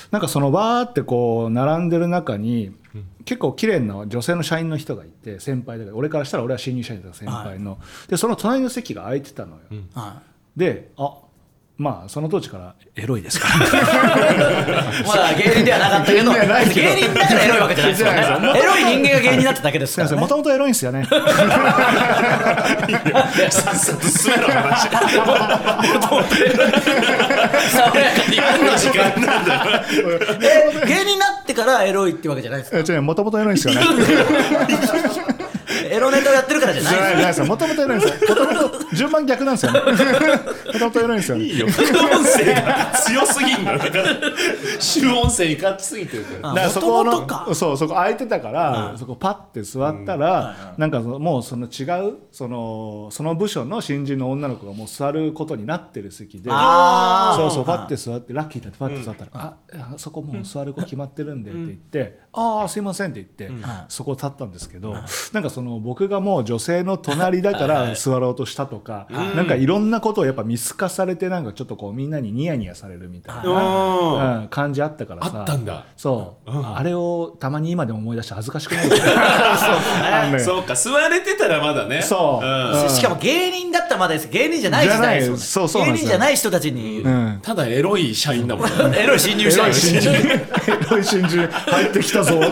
Speaker 2: なんかそのわーってこう並んでる中に、結構綺麗な女性の社員の人がいて先輩だから俺からしたら俺は新入社員だから先輩の、でその隣の席が空いてたのよ、
Speaker 3: は
Speaker 2: であまあその当時からエロい *laughs* ですから
Speaker 3: い、まだ芸人ではなかったけど芸人だからエロいわけじゃないですよねエロい人間が芸人だっただけです
Speaker 2: すい
Speaker 3: か
Speaker 2: ま *laughs* せん
Speaker 3: ら、ね
Speaker 2: も、ともとエロいんですよね
Speaker 1: さっさと進めろ話
Speaker 3: 爽やかに
Speaker 1: 何の時間なんだよ
Speaker 3: え芸人になってからエロいってわけじゃないですか
Speaker 2: もともとエロいんですよね
Speaker 3: エロネタをやってるからじゃ
Speaker 2: じゃ
Speaker 3: な
Speaker 2: ないいじゃないですよもともとエロいんですよもともと順番逆なんですよ *laughs* ねもともとエロいんですよね
Speaker 1: いいよ副音声が強すぎんだよだから主音声がついてるから
Speaker 3: あ
Speaker 2: だからそこの
Speaker 3: 元々か
Speaker 2: そうそこ空いてたから、そこパッて座ったら、なんかそのもうその違うそのその部署の新人の女の子がもう座ることになってる席で
Speaker 3: *laughs* あー
Speaker 2: そうそうパッて座ってラッキーだってパッて座ったら「ああそこもう座る子決まってるんで」って言って「ああすいません」って言って、そこ立ったんですけど、なんかその僕がもう女性の隣だから座ろうとしたとか、なんかいろんなことをやっぱ見透かされてなんかちょっとこうみんなにニヤニヤされるみたいな。
Speaker 1: うん
Speaker 2: うん感じあったからさ
Speaker 1: あったんだ
Speaker 2: そう、あれをたまに今でも思い出して恥ずかしくないそう *laughs* あんのよ
Speaker 1: そうか座れてたらまだね
Speaker 2: そう
Speaker 1: うん
Speaker 3: ししかも芸人だったらまだです芸人じゃない時
Speaker 2: じ
Speaker 3: 代
Speaker 2: ゃない
Speaker 3: です
Speaker 2: そう
Speaker 3: よ
Speaker 2: そう
Speaker 3: ね
Speaker 2: なん
Speaker 3: 芸
Speaker 2: です
Speaker 3: 人
Speaker 2: よ
Speaker 3: じゃない人たちに
Speaker 2: うん
Speaker 1: ただエロい社員だもんね
Speaker 3: エロい新入社
Speaker 2: エ
Speaker 3: 員
Speaker 2: ロい新人入ってきたぞ *laughs* あ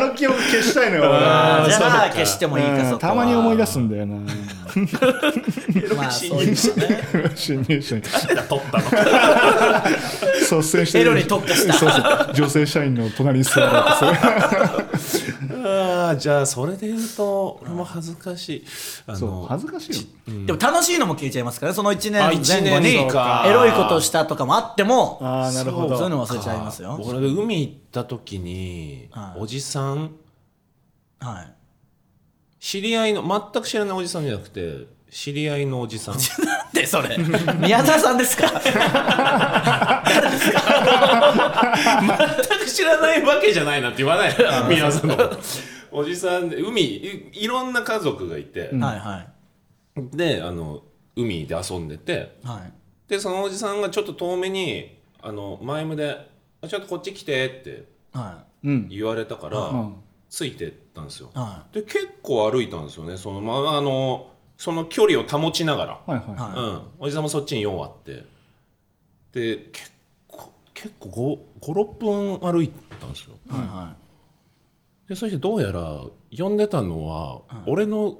Speaker 2: の記憶消したいのよ俺
Speaker 3: あーじゃあ消してもいいかそ
Speaker 2: うん
Speaker 3: こは
Speaker 2: たまに思い出すんだよな
Speaker 3: まあそういうことね
Speaker 2: 新入社員
Speaker 1: 誰が取ったの
Speaker 2: 率先して
Speaker 3: エロに特化した
Speaker 2: そうそう女性社員の隣に座ろうとする
Speaker 3: *laughs*
Speaker 1: あーじゃあそれで言うと俺も恥ずかしいあ
Speaker 2: そう恥ずかしいよ
Speaker 3: でも楽しいのも消えちゃいますからねその1年
Speaker 1: あ一
Speaker 3: 前後に
Speaker 1: 年か
Speaker 3: エロいことをしたとかもあっても
Speaker 2: あーなるほ
Speaker 3: そう
Speaker 2: ど
Speaker 3: そういうの忘れちゃいますよ
Speaker 1: 俺海行った時に、
Speaker 3: はい
Speaker 1: おじさん
Speaker 3: はい
Speaker 1: 知り合いの全く知らないおじさんじゃなくて知り合いのおじ *laughs* さん
Speaker 3: なんでそれ宮沢さんですか *laughs*
Speaker 1: 全く知らないわけじゃないなって言わない皆さんの *laughs* おじさんで海いいろんな家族がいて、
Speaker 3: はいはい
Speaker 1: であの海で遊んでて
Speaker 3: はい
Speaker 1: でそのおじさんがちょっと遠目にあの前ムで「あちょっとこっち来て」って
Speaker 3: は
Speaker 2: うん
Speaker 1: 言われたから、
Speaker 2: ん
Speaker 1: ついてったんですよ
Speaker 3: いは
Speaker 1: で結構歩いたんですよねその,、まあ、あのその距離を保ちながら、
Speaker 2: はいは
Speaker 3: い
Speaker 1: う
Speaker 3: は
Speaker 1: ん、おじさんもそっちに4あってで結構結構56分歩いたんですよ
Speaker 3: いはいは
Speaker 1: でそしてどうやら呼んでたのは、俺の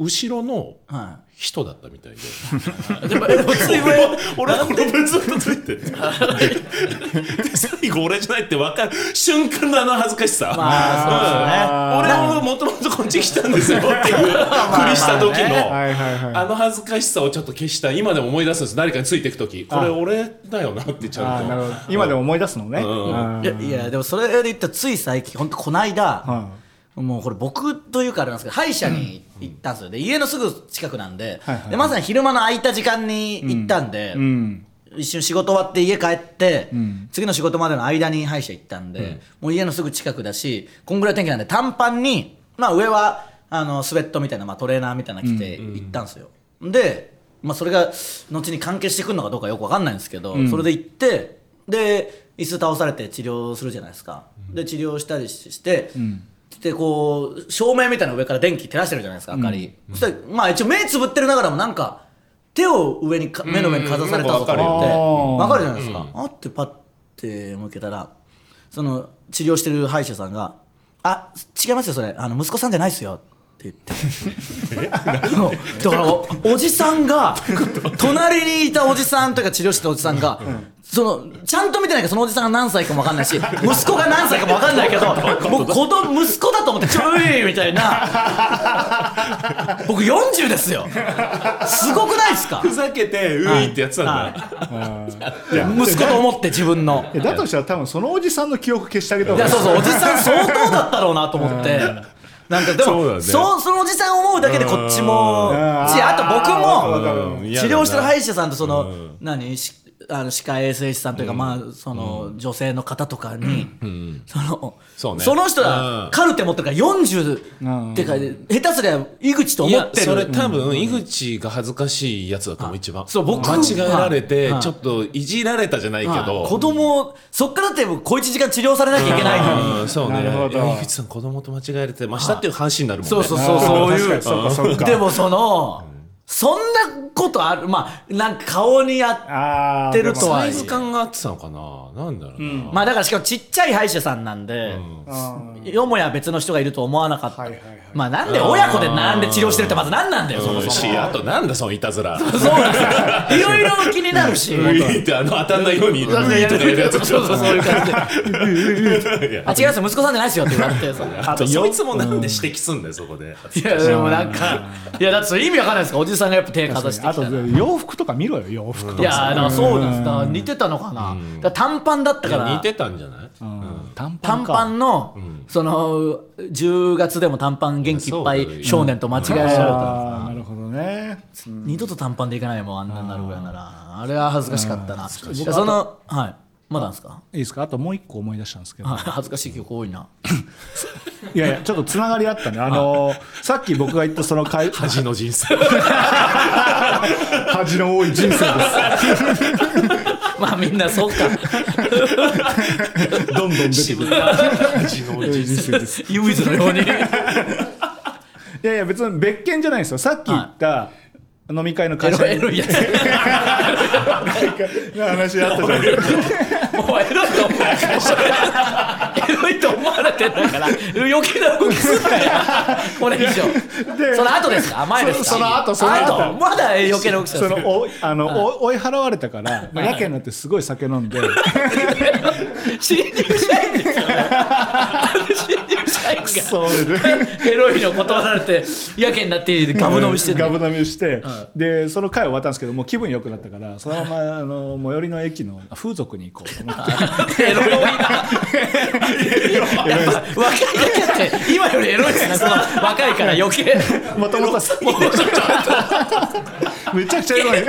Speaker 1: 後ろの
Speaker 3: いは
Speaker 1: 人だったみたいで
Speaker 3: いでもエロつ
Speaker 1: *laughs*
Speaker 3: い
Speaker 1: 俺は俺はこの分ずっとついてて *laughs* で最後俺じゃないって分かる瞬間のあの恥ずかしさ、
Speaker 3: まあ
Speaker 1: 俺ももともとこっち来たんですよっていうふりした時
Speaker 2: い
Speaker 1: の。
Speaker 2: はいはいはい
Speaker 1: あの恥ずかしさをちょっと消した今でも思い出すんです誰かについていく時これ俺だよなってち
Speaker 2: あ
Speaker 1: ゃ
Speaker 2: ーなるほど
Speaker 1: んと
Speaker 2: 今でも思い出すのね
Speaker 1: ん
Speaker 2: うん
Speaker 3: そうですよねいやいやでもそれで言ったらつい最近ほんとこないだ
Speaker 2: は
Speaker 3: もうこれ僕というかあれなんですけど歯医者に行ったんですよで家のすぐ近くなんで
Speaker 2: はいはい
Speaker 3: でまさに昼間の空いた時間に行ったんで
Speaker 2: いうん
Speaker 3: 一瞬仕事終わって家帰って、次の仕事までの間に歯医者行ったんで、もう家のすぐ近くだしこんぐらい天気なんで短パンに、まあ、上はあのスウェットみたいな、まあ、トレーナーみたいなの着て行ったんですよ、で、まあ、それが後に関係してくるのかどうかよく分かんないんですけど、それで行ってで椅子倒されて治療するじゃないですか、で治療したりして、でこう照明みたいなの上から電気照らしてるじゃないですか明かり、そしたらまあ一応目つぶってるながらもなんか手を上にか目の上にかざされたぞと思って、
Speaker 1: うんうん
Speaker 2: なんか
Speaker 3: わ
Speaker 2: わ
Speaker 3: か
Speaker 2: か
Speaker 3: るじゃないですか、あってパッて向けたらその治療してる歯医者さんが「あ違いますよそれあの息子さんじゃないですよ」って言ってあのだからおおじさんが隣にいたおじさんというか治療してたおじさんが、そのちゃんと見てないからそのおじさんが何歳かも分かんないし息子が何歳かも分かんないけど僕子供息子だと思って「ちょい!」みたいな僕40ですよすごくないですか
Speaker 1: ふざけてういってやってたん
Speaker 3: はい
Speaker 1: だ
Speaker 2: いや
Speaker 3: 息子と思って自分の
Speaker 2: い。やだとしたら多分そのおじさんの記憶消してあげた
Speaker 3: い
Speaker 2: 方がい
Speaker 3: や
Speaker 2: い
Speaker 3: そうそうおじさん相当だったろうなと思ってなんかで
Speaker 1: そうだ
Speaker 3: も
Speaker 1: ね
Speaker 3: そうそのおじさん思うだけでこっちも
Speaker 2: うん
Speaker 3: しあと僕も
Speaker 1: うんうん嫌
Speaker 3: 治
Speaker 1: だな
Speaker 3: 療してる歯医者さんとその、
Speaker 1: うん
Speaker 3: 何しあの歯科衛生士さんというか、まあその、女性の方とかに、その
Speaker 1: そうね
Speaker 3: の人
Speaker 1: う
Speaker 3: は
Speaker 1: ん
Speaker 3: カルテ持ってるから40、
Speaker 4: ん
Speaker 3: ってか下手すりゃ井口と
Speaker 1: い
Speaker 3: 思
Speaker 1: や
Speaker 3: ってる
Speaker 1: それ多分井口が恥ずかしいやつだと思う一番
Speaker 3: そう僕
Speaker 1: 間違えられて
Speaker 3: はい
Speaker 1: ちょっといじられたじゃないけ
Speaker 3: は
Speaker 1: ど
Speaker 3: い子供そっからだって小一時間治療されなきゃいけないの
Speaker 1: う
Speaker 3: に
Speaker 1: んそうね
Speaker 2: なるほ
Speaker 1: い
Speaker 2: ど
Speaker 1: や井口さん子供と間違えられてましたっていう話になるもんね
Speaker 3: そうそう
Speaker 2: あ
Speaker 3: そう
Speaker 2: ー
Speaker 3: そういう
Speaker 2: 確かにそうかそうか
Speaker 3: でもそのそんなことあるまあなんか顔にや
Speaker 2: あー
Speaker 3: ってるとは
Speaker 1: サイズ感があってたのかななんだろうな
Speaker 3: まあだからしかもちっちゃい歯医者さんなんで、よもや別の人がいると思わなかった、
Speaker 2: はいはいはい
Speaker 3: まあなんで親子でなんで治療してるってまず何なんだよそ
Speaker 1: う
Speaker 3: も
Speaker 1: ん
Speaker 3: そも
Speaker 1: しあとなんだそのいたずら
Speaker 3: そうなんですよいろいろ気になるし
Speaker 1: ういってあの当たんないようにういとかやるやつ
Speaker 3: そうそうそういう感じで
Speaker 1: *laughs* いや
Speaker 3: あ違いますよ息子さんじゃないですよって言われてさ
Speaker 1: あとそいつもなんで指摘すんだよそこで
Speaker 3: いやでもなんかいやだってそれ意味わかんないですかおじさんがやっぱ手かざしてきた
Speaker 2: あ
Speaker 3: ら
Speaker 2: と洋服とか見ろよ洋服と
Speaker 3: い
Speaker 2: か
Speaker 3: やだからそうなんですだから似てたのかな、だから短パンだったから
Speaker 1: 似てたんじゃない
Speaker 4: 短パン
Speaker 3: 短
Speaker 4: か
Speaker 3: パンの、その10月でも短パン元気いっぱ
Speaker 1: そうだ
Speaker 3: い
Speaker 1: よ
Speaker 3: 少年と間違えられた、
Speaker 2: あーなるほどね
Speaker 3: 二度と短パンでいかないもんあんなになるぐらいならあれは恥ずかしかったな、いやそのはいまだなんですか
Speaker 4: いいですかあともう一個思い出したんですけど
Speaker 3: はい恥ずかしい記憶多いない *laughs*
Speaker 2: やいやちょっとつながりあったねあのーさっき僕が言ったその *laughs* 会
Speaker 1: 恥の人生
Speaker 2: 恥の多い人生です
Speaker 3: まあみんなそうか
Speaker 1: どんどん出てくる恥の人生
Speaker 3: 唯一のように
Speaker 2: いやいや別に別件じゃないんですよさっき言った *laughs* 飲み会の
Speaker 3: エ
Speaker 2: 会社
Speaker 3: ロエロいやつ
Speaker 2: の話あったじゃないですか
Speaker 3: もうエロいと思われてエロいと思われてんだから余計な動きすんなよこれ以
Speaker 2: で
Speaker 3: 上その後ですか前ですか
Speaker 2: そその後その後
Speaker 3: 後まだ余計な動き
Speaker 2: *laughs*
Speaker 3: す
Speaker 2: そ
Speaker 3: る
Speaker 2: のおあのお追い払われたからまあやけになってすごい酒飲んで
Speaker 3: 侵入社員ですよねあの侵入社員が
Speaker 2: そうで
Speaker 3: エロいの断られてやけになってガブ飲みしてる
Speaker 2: ガブ飲みをしてでその会終わったんですけどもう気分良くなったからそのままあの最寄りの駅の風俗に行こうと思
Speaker 3: *laughs*
Speaker 2: って
Speaker 3: エロいなやっぱ若いだけって今よりエロいですねその若いから余計
Speaker 2: またまた
Speaker 3: *laughs*
Speaker 2: めちゃくちゃエロい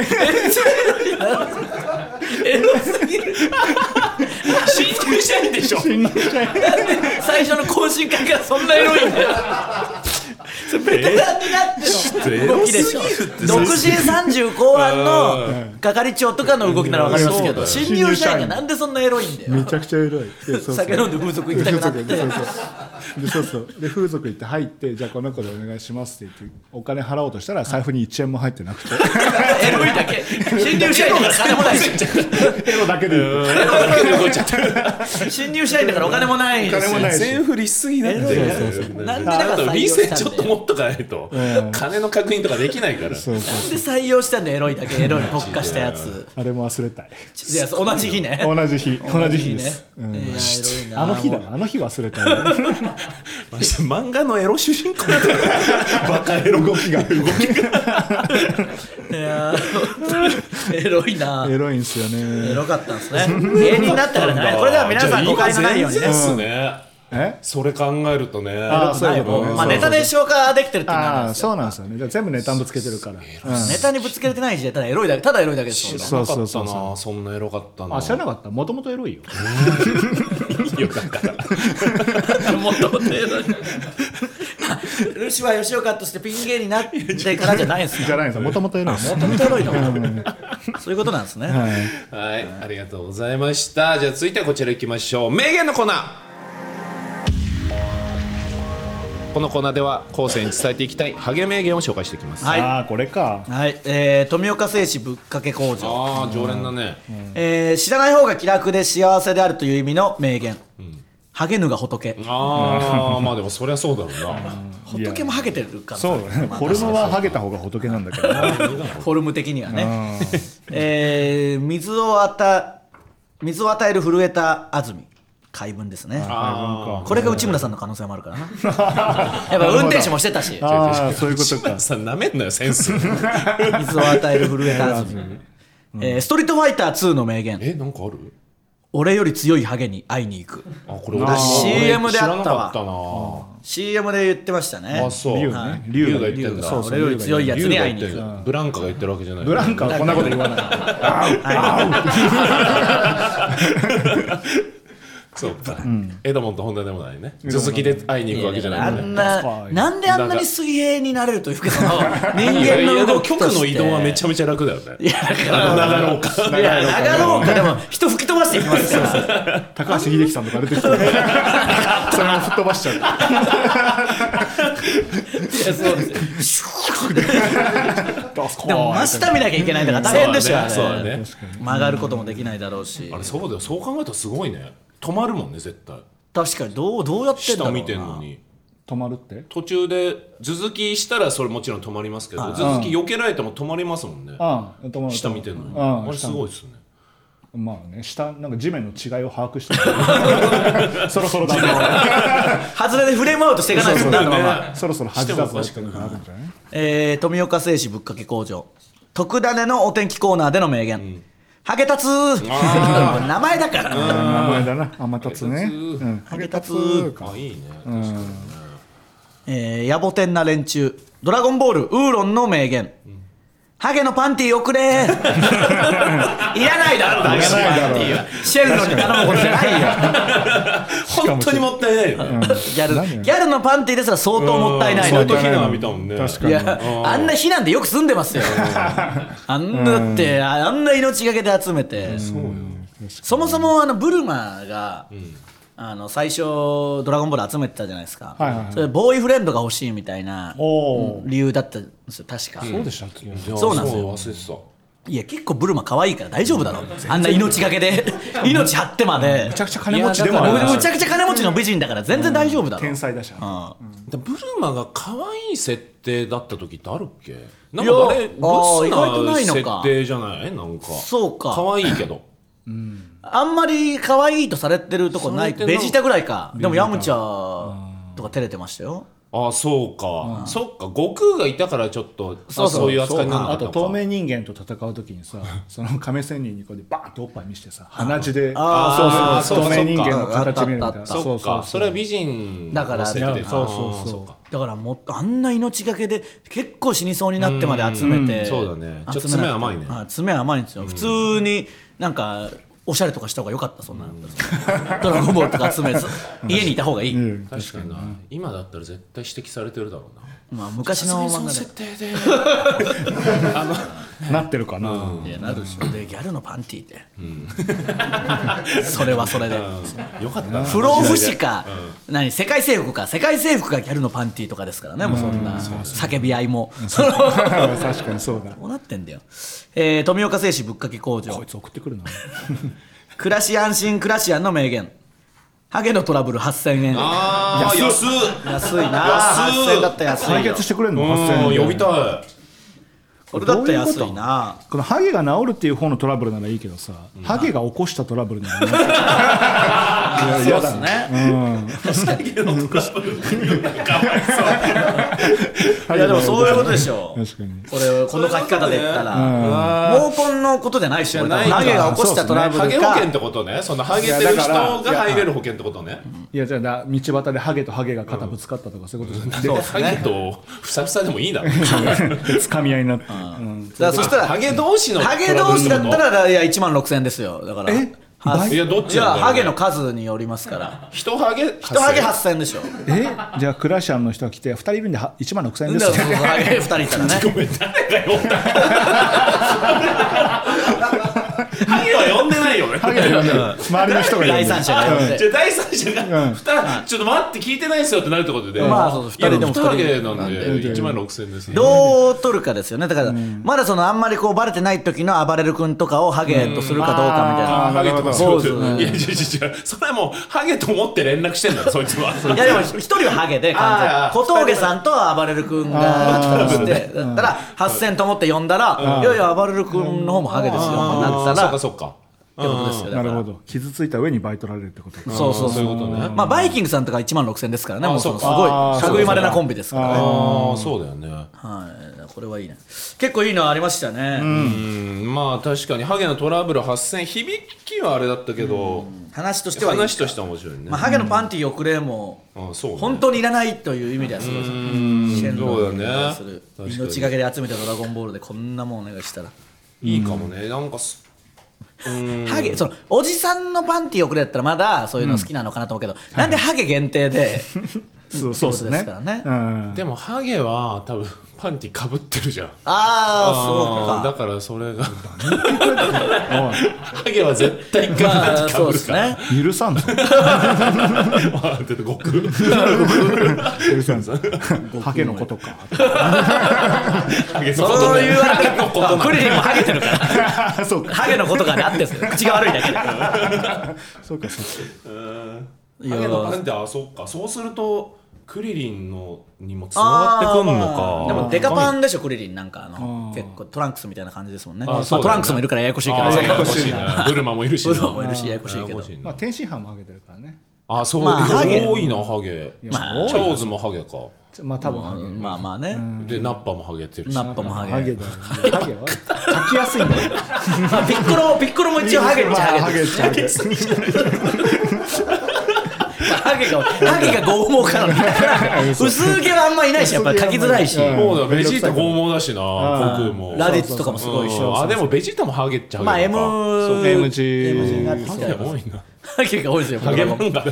Speaker 3: エロすぎる侵入社員でしょ最初の懇親会からそんなエロいんだよそれベ
Speaker 1: *laughs*
Speaker 3: テランになっての動きでしょ独身30後半の係長とかの動きならわかりますけど
Speaker 2: そうだよ
Speaker 3: 新入社員がなんでそんなエロいんだ
Speaker 2: め
Speaker 3: よ
Speaker 2: ちゃくちゃエロいいやそうそう
Speaker 3: 酒飲んで風俗行きたく
Speaker 2: 風
Speaker 3: なっ
Speaker 2: 俗で
Speaker 3: て
Speaker 2: そうそうでそうそうで風俗行って入ってじゃあこの子でお願いしますって言ってお金払おうとしたら財布に1円も入ってなく
Speaker 3: *laughs*
Speaker 2: て *laughs*
Speaker 3: エロいだけ新入社員だから金もないし
Speaker 2: エロだけで
Speaker 3: 新入社員だからお金もないし
Speaker 2: 金もないし
Speaker 1: 全振りしすぎだ *laughs* って
Speaker 3: なんでだから
Speaker 1: あと理
Speaker 3: 採用し
Speaker 1: 性
Speaker 3: たんだ
Speaker 1: ち
Speaker 3: よ
Speaker 1: ょっと持っとかない *laughs* と
Speaker 2: うん
Speaker 1: 金の確認とかできないから
Speaker 2: そうそう
Speaker 3: なんで採用したんだよエロいだけエロいに特化したやつ
Speaker 2: あれも忘れたい
Speaker 3: いや同じ日ね
Speaker 2: *laughs* 同じ
Speaker 3: *laughs*
Speaker 2: 日同じ日です、
Speaker 3: 同じ日ねいやエロいな
Speaker 2: あの日だなあの日忘れたいな
Speaker 3: *laughs*
Speaker 1: マジで漫画のエロ主人公みたいなバカエロ
Speaker 2: 動きが
Speaker 3: いやーエロいな
Speaker 2: エロいんですよ
Speaker 3: エ
Speaker 2: ね
Speaker 3: ロかったんですね芸人になったからじゃないこれでは皆さん誤解のないように
Speaker 1: じゃあ今全然っ
Speaker 3: ね
Speaker 1: すね
Speaker 2: え
Speaker 1: それ考えるとね
Speaker 2: あーそういうことね
Speaker 3: まあネタで消化できてるっていうのはあるん
Speaker 2: あ
Speaker 3: で
Speaker 2: あ
Speaker 3: すよ
Speaker 2: そうなんですよねじゃあ全部ネタぶつけてるから、うん
Speaker 3: ネタにぶつけれてない時代ただエロいだけただエロいだけですもんね
Speaker 2: そうそう
Speaker 1: 知
Speaker 2: そ
Speaker 1: ら
Speaker 2: う
Speaker 1: なかった
Speaker 2: そ
Speaker 1: なそんなエロかった
Speaker 2: う
Speaker 1: な
Speaker 2: あ知らなかったもともとエロいよ
Speaker 1: よか *laughs* った
Speaker 3: もっともっとエロいルシファー吉岡としてピン芸になってからじゃないんです
Speaker 2: じゃ
Speaker 3: よ
Speaker 2: ないんですよもともとエロいです
Speaker 3: 本当エロいのそういうことなんですね
Speaker 1: はい、ありがとうございました。じゃあ続いてはこちら行きましょう。名言のコーナー。このコーナーでは後世に伝えていきたいハゲ名言を紹介していきます。
Speaker 3: はい
Speaker 2: ああこれか
Speaker 3: はい、えー、富岡製紙ぶっかけ工場、
Speaker 1: ああ、常連だね。
Speaker 3: えー、知らない方が気楽で幸せであるという意味の名言、ハゲぬが仏
Speaker 1: ああ、まあでもそりゃそうだろう
Speaker 3: 仏もハゲてるか
Speaker 2: *laughs*
Speaker 3: ら
Speaker 2: そうだねフォルムはハゲた方が仏なんだけどね
Speaker 3: フォルム的にはね、 *laughs* えー、水を与え水を与える震えた安住怪文ですね
Speaker 1: あ
Speaker 3: これが内村さんの可能性もあるからなやっぱ運転手もしてたし
Speaker 2: *laughs* ああそういうこと
Speaker 1: な。
Speaker 2: か
Speaker 1: さ、なめんなよ、センス。*laughs*
Speaker 3: *laughs* 水を与える震えた安住、えー、ストリートファイター2の名言
Speaker 1: え、なんかある
Speaker 3: 俺より強いハゲに会いに行く
Speaker 1: あこれ俺
Speaker 3: あ CM であったわ
Speaker 1: 知らなかったな
Speaker 3: CM で言ってましたね
Speaker 1: あそう
Speaker 2: 龍
Speaker 1: はい
Speaker 2: ね
Speaker 1: 龍が言って
Speaker 3: 龍
Speaker 1: んだ
Speaker 3: が俺より強いやつ
Speaker 1: 龍
Speaker 3: に
Speaker 1: が
Speaker 3: 会い
Speaker 1: 言っ
Speaker 3: に
Speaker 1: て
Speaker 3: 行
Speaker 1: ん
Speaker 3: く
Speaker 1: だブランカが言ってるわけじゃない
Speaker 2: ブランカはこんなこと言わない
Speaker 1: そうかエドモンと本田でもないね続きで会いに行くわけじゃない
Speaker 3: あ
Speaker 1: もんね
Speaker 3: ん
Speaker 2: 確か
Speaker 3: な
Speaker 2: に
Speaker 3: なんであんなに水平になれるというかその人
Speaker 1: いや
Speaker 3: 間
Speaker 1: いや
Speaker 3: の
Speaker 1: で
Speaker 3: 動
Speaker 1: も
Speaker 3: きと
Speaker 1: 局
Speaker 3: して
Speaker 1: の移動はめちゃめちゃ楽だよね
Speaker 3: いやだから
Speaker 1: 長野か
Speaker 3: いや長野かでも人吹き飛ばしていきますから
Speaker 2: 高橋英樹さんとか出てきてねそれも吹っ飛ばしちゃう
Speaker 3: いやそうです *laughs*
Speaker 2: ドスコーン
Speaker 3: でも真下見なきゃいけないんだから大変でしょあれ
Speaker 1: そうだね
Speaker 3: 曲がることもできないだろうし
Speaker 1: あれそうだよそう考えたらすごいね止まるもんね絶対
Speaker 3: 確かにどうどうやってん
Speaker 1: 下
Speaker 3: だろうな
Speaker 1: 見てんのに
Speaker 2: 止まるって
Speaker 1: 途中で続きしたらそれもちろん止まりますけど続き避けられても止まりますもんね
Speaker 2: ああ止まる
Speaker 1: 下見てんのに
Speaker 2: あ
Speaker 1: あれすごいっすね
Speaker 2: まあね下なんか地面の違いを把握してるそろそろだぞ
Speaker 3: 外れでフレームアウトしていかないと
Speaker 2: そう
Speaker 3: な
Speaker 2: だ
Speaker 3: の
Speaker 2: ね
Speaker 3: まま
Speaker 2: そろそろ恥だぞっ
Speaker 1: してて
Speaker 2: いう
Speaker 1: も
Speaker 2: の
Speaker 1: お
Speaker 2: が
Speaker 1: か
Speaker 2: あるんじゃない
Speaker 3: えー富岡製紙ぶっかけ工場特ダネのお天気コーナーでの名言、ハゲタツ
Speaker 1: あ
Speaker 3: *laughs* 名前だから
Speaker 2: 名前だな天達ね
Speaker 1: 天達
Speaker 2: うん
Speaker 3: ハゲタツ
Speaker 1: あいいね
Speaker 3: えー野暮天な連中ドラゴンボールウーロンの名言、ハゲのパンティー送 *laughs* れいらないだろハゲのパンティーはシェルノに頼むことじゃ *laughs* ないよ
Speaker 1: 本当にもったいないよね
Speaker 3: ギャ
Speaker 2: 何
Speaker 3: ルギャルのパンティーですら相当もったいない
Speaker 1: 相
Speaker 3: の
Speaker 1: 当
Speaker 3: に
Speaker 1: 避難見たもんね
Speaker 2: 確か
Speaker 3: い
Speaker 2: に
Speaker 3: やあんな避難でよく住ん
Speaker 2: *laughs*
Speaker 3: でますよあんなだってああんな命がけで集めてそもそもあのブルマが、あの最初ドラゴンボール集めてたじゃないですか、
Speaker 2: はいはいはい
Speaker 3: それボーイフレンドが欲しいみたいな
Speaker 2: お
Speaker 3: 理由だったんですよ確か、
Speaker 2: そうでしたっけ
Speaker 1: いや
Speaker 3: そうなんですよ
Speaker 1: そう忘れて
Speaker 3: いや結構ブルマ可愛いから大丈夫だろあんな命がけで命張ってまでむ
Speaker 2: めちゃくちゃ金持ちでもある
Speaker 1: いやだから
Speaker 2: し
Speaker 3: ちゃくちゃ金持ちの美人だから全然大丈夫だろ、
Speaker 2: 天才だし
Speaker 3: うん
Speaker 1: ただブルマが可愛い設定だった時ってあるっけなん
Speaker 3: いや
Speaker 1: かあれブ
Speaker 3: あー意外とない
Speaker 1: ス
Speaker 3: の
Speaker 1: な
Speaker 3: か
Speaker 1: 設定じゃないなんか
Speaker 3: そうか
Speaker 1: 可愛いけ
Speaker 3: *coughs*
Speaker 1: ど
Speaker 3: あんまり可愛いとされてるとこない
Speaker 1: されてない
Speaker 3: ベジータぐらいかでもヤムチャとか照れてましたよ
Speaker 1: ああそうか、そっか悟空がいたからちょっとあ
Speaker 3: そうそう
Speaker 1: そういう扱いになる
Speaker 2: あ
Speaker 1: のか
Speaker 2: と透明人間と戦う時にさその亀仙人にこうでバーンとおっぱい見してさ鼻血で
Speaker 1: あー
Speaker 2: そう
Speaker 1: そ
Speaker 2: そう
Speaker 1: う
Speaker 2: 透
Speaker 1: か
Speaker 2: 明人間の形見るみたい
Speaker 3: あ
Speaker 2: な
Speaker 3: った
Speaker 1: そっかそれは美人
Speaker 3: だから
Speaker 1: の設定か
Speaker 2: そうそうそう
Speaker 1: あーっか
Speaker 3: だからもうあんな命がけで結構死にそうになってまで集めて、
Speaker 1: うんそうだねちょっと
Speaker 3: 集めな
Speaker 1: 爪甘いね
Speaker 3: あ爪甘いんですよ、普通になんかおしゃれとかした方が良かったそんなの、 *laughs* ドラゴンボールとか集めず家にいた方がいい、
Speaker 2: うん
Speaker 1: 確かにな今だったら絶対指摘されてるだろうな
Speaker 3: まあ、昔の漫画で
Speaker 1: 定で
Speaker 2: なってるかな、
Speaker 3: いやなるでしょでギャルのパンティーって、 *laughs* それはそれで、
Speaker 1: よかったな
Speaker 3: 不老不死か、何世界征服か世界征服がギャルのパンティーとかですからね、もうそんな叫び合いも、 *laughs* その
Speaker 2: 確かにそうだ
Speaker 3: どうなってんだよ、えー富岡製紙ぶっかけ工場
Speaker 2: こいつ送ってくるな
Speaker 3: 暮らし安心暮らし安の名言ハゲのトラブル8000円
Speaker 1: ああ安っ
Speaker 3: 安いな
Speaker 1: 安い
Speaker 3: 8000円だったら安
Speaker 2: 解
Speaker 3: いよ
Speaker 2: 決してくれんの8000
Speaker 1: うん
Speaker 2: 円
Speaker 1: 呼びたい
Speaker 3: これだったら安
Speaker 2: どうい
Speaker 3: いう
Speaker 2: こ
Speaker 3: な
Speaker 2: このハゲが治るっていう方のトラブルならいいけどさ、ハゲが起こしたトラブルなら、ね、
Speaker 3: あそうですね
Speaker 1: *laughs*
Speaker 3: いやでもそういうことでしょ
Speaker 2: 確かに
Speaker 3: これこの書き方で言ったら毛根のことじゃないし
Speaker 1: ゃ
Speaker 3: これ
Speaker 1: ないか
Speaker 3: ハゲが起こしたトラブ
Speaker 1: ハゲ
Speaker 3: ル
Speaker 1: 保険っ
Speaker 3: か
Speaker 1: てことねそのハゲてる人が入れる保険ってことね
Speaker 2: いやじゃあな道端でハゲとハゲが肩ぶつかったとかそういうことじゃなくて
Speaker 1: そうハゲとふさふさでもいいな
Speaker 5: *laughs*
Speaker 2: つかみ合いになって、
Speaker 3: だからそしたら
Speaker 1: ハゲ同士の
Speaker 3: ハゲ同士だったらいや1万6000円ですよだから
Speaker 2: え
Speaker 3: はい
Speaker 1: やどっち
Speaker 3: いや
Speaker 1: なんだろうね
Speaker 3: ハゲの数によりますから
Speaker 1: 人ハゲ
Speaker 3: 1ハゲ8000円でしょ
Speaker 2: えじゃあクラシアンの人が来て2人分で1万6000円です
Speaker 3: だか
Speaker 2: よ
Speaker 3: らそうハゲ2人いた
Speaker 1: *laughs*
Speaker 3: らね
Speaker 1: ごめん誰が呼んだハゲは呼んでないよね
Speaker 2: ハゲが呼んでる周りの人が呼んでる
Speaker 3: 第三者が呼んで
Speaker 1: じゃあ第三者が
Speaker 2: うん
Speaker 1: ふたちょっと待って聞いてないですよってなるってことで、
Speaker 3: まあそうそう
Speaker 1: いや
Speaker 3: 二人で
Speaker 1: 二
Speaker 3: も
Speaker 1: 人で
Speaker 3: 二人
Speaker 1: なんで1万6000円ですね
Speaker 3: どう取るかですよねだから、まだそのあんまりこうバレてない時の暴れる君とかをハゲとするかどうかみたいな、
Speaker 1: あーハゲとかそう
Speaker 3: そうそう
Speaker 1: いや違う違う違うそれはもうハゲと思って連絡してんだろそいつは
Speaker 3: いやでも一人はハゲで完全に
Speaker 1: あー
Speaker 3: 小峠さんと暴れる君が来てだったら8000と思って呼んだら「いやいや暴れる君の方もハゲですよ」
Speaker 1: あー
Speaker 3: なっ
Speaker 1: そう
Speaker 3: たら
Speaker 1: かそうか
Speaker 3: ことですよ
Speaker 5: *laughs* な
Speaker 3: だか
Speaker 5: る
Speaker 3: ら
Speaker 5: ほど傷ついた上に倍取られるってことか
Speaker 3: そうそう
Speaker 1: そういうことね
Speaker 3: まあバイキングさんとか1万6000ですからねもうそのす
Speaker 1: そっか
Speaker 3: ご
Speaker 5: あ
Speaker 3: い
Speaker 5: ー
Speaker 3: 類いまれなコンビですからね
Speaker 1: ああそうだよね
Speaker 3: はいこれはいいね結構いいのありましたね、
Speaker 1: うんまあ確かにハゲのトラブル8000響きはあれだったけど
Speaker 3: 話としてはいい
Speaker 1: 話としては面白いね
Speaker 3: まあ、ハゲのパンティーをくれも
Speaker 1: あそうね
Speaker 3: 本当にいらないという意味ではすごいです
Speaker 1: ん
Speaker 3: シェンロン
Speaker 1: そうだね
Speaker 3: する
Speaker 1: 確かに
Speaker 3: 命がけで集めた「ドラゴンボール」でこんなもんお願いしたら、
Speaker 1: いいかもねなんかすうん
Speaker 3: ハゲそのおじさんのパンティーをくれだったらまだそういうの好きなのかなと思うけど、なんでハゲ限
Speaker 1: *laughs*
Speaker 3: 定で
Speaker 5: そうそうですね
Speaker 3: ってことで
Speaker 5: う
Speaker 3: すからね
Speaker 5: ん *laughs*
Speaker 1: でもハゲは多分パンティかぶってるじゃん
Speaker 3: ああそう
Speaker 1: あ
Speaker 3: か
Speaker 1: ーだからそれがハ
Speaker 5: お
Speaker 1: ゲは絶対一回
Speaker 3: ま
Speaker 1: パン
Speaker 3: あ
Speaker 1: ティか
Speaker 3: そう
Speaker 1: ぶ
Speaker 3: で
Speaker 1: る
Speaker 3: す
Speaker 1: *laughs* から
Speaker 3: ね
Speaker 5: い許さ
Speaker 3: *laughs*
Speaker 5: んぞ
Speaker 1: あー出て悟空
Speaker 5: 許さんぞハケのことか *laughs*
Speaker 1: ハゲのこと
Speaker 3: そう
Speaker 1: ね
Speaker 3: い
Speaker 1: *laughs*
Speaker 3: うわけ
Speaker 1: のこと
Speaker 3: まあクリリンもハゲてるから
Speaker 5: そうか
Speaker 3: ハゲのことがねあってんです *laughs* よ口が悪いだけで
Speaker 5: そうかそう
Speaker 3: いや
Speaker 1: ハゲのパンティあそっかそうするとクリリンのにもつながってくんの
Speaker 3: あ
Speaker 1: か
Speaker 3: ーでもデカ
Speaker 1: ン
Speaker 3: パンでしょクリリンなんかあの結構トランクスみたいな感じですもんねまあ
Speaker 1: そうだね
Speaker 3: トランクスもいるからややこしいけど
Speaker 1: ややこしいねブルマもいるし
Speaker 3: ブ
Speaker 1: な
Speaker 3: ルマもいるしややこしいけど
Speaker 1: やや
Speaker 5: か
Speaker 1: な
Speaker 5: まあ天津飯もあげてるからね
Speaker 1: あそう
Speaker 3: まあハゲ
Speaker 1: 多いなハゲ
Speaker 3: まあ
Speaker 1: チャオズもハゲか
Speaker 5: まあ多分ハゲ
Speaker 3: まあまあね、
Speaker 1: でナッパもハゲてるし
Speaker 3: ナッパもハゲ
Speaker 5: ハゲだよハゲは書きやすいんだよ
Speaker 3: まあ、ピッコロピッコロも一応ハゲっちゃハゲです
Speaker 5: まあハゲっちゃハゲ
Speaker 3: まあハゲがハゲが剛毛か
Speaker 1: *laughs*
Speaker 3: らね薄毛はあんまいないしやっぱり書きづらいし、
Speaker 5: うん
Speaker 1: そうだベジータ剛毛だしな悟空も
Speaker 3: ラディッツとかもすごいでし
Speaker 1: うん
Speaker 3: ょ
Speaker 1: あでもベジータもハゲっちゃう
Speaker 3: まあ M
Speaker 5: そう M 字
Speaker 3: M 字になってき
Speaker 1: ハ
Speaker 3: て
Speaker 1: ゲ多いな
Speaker 3: ハゲが多いですよ
Speaker 1: ハ
Speaker 3: ハ
Speaker 1: ゲ
Speaker 3: ゲ
Speaker 1: 漫画
Speaker 5: ハ
Speaker 1: で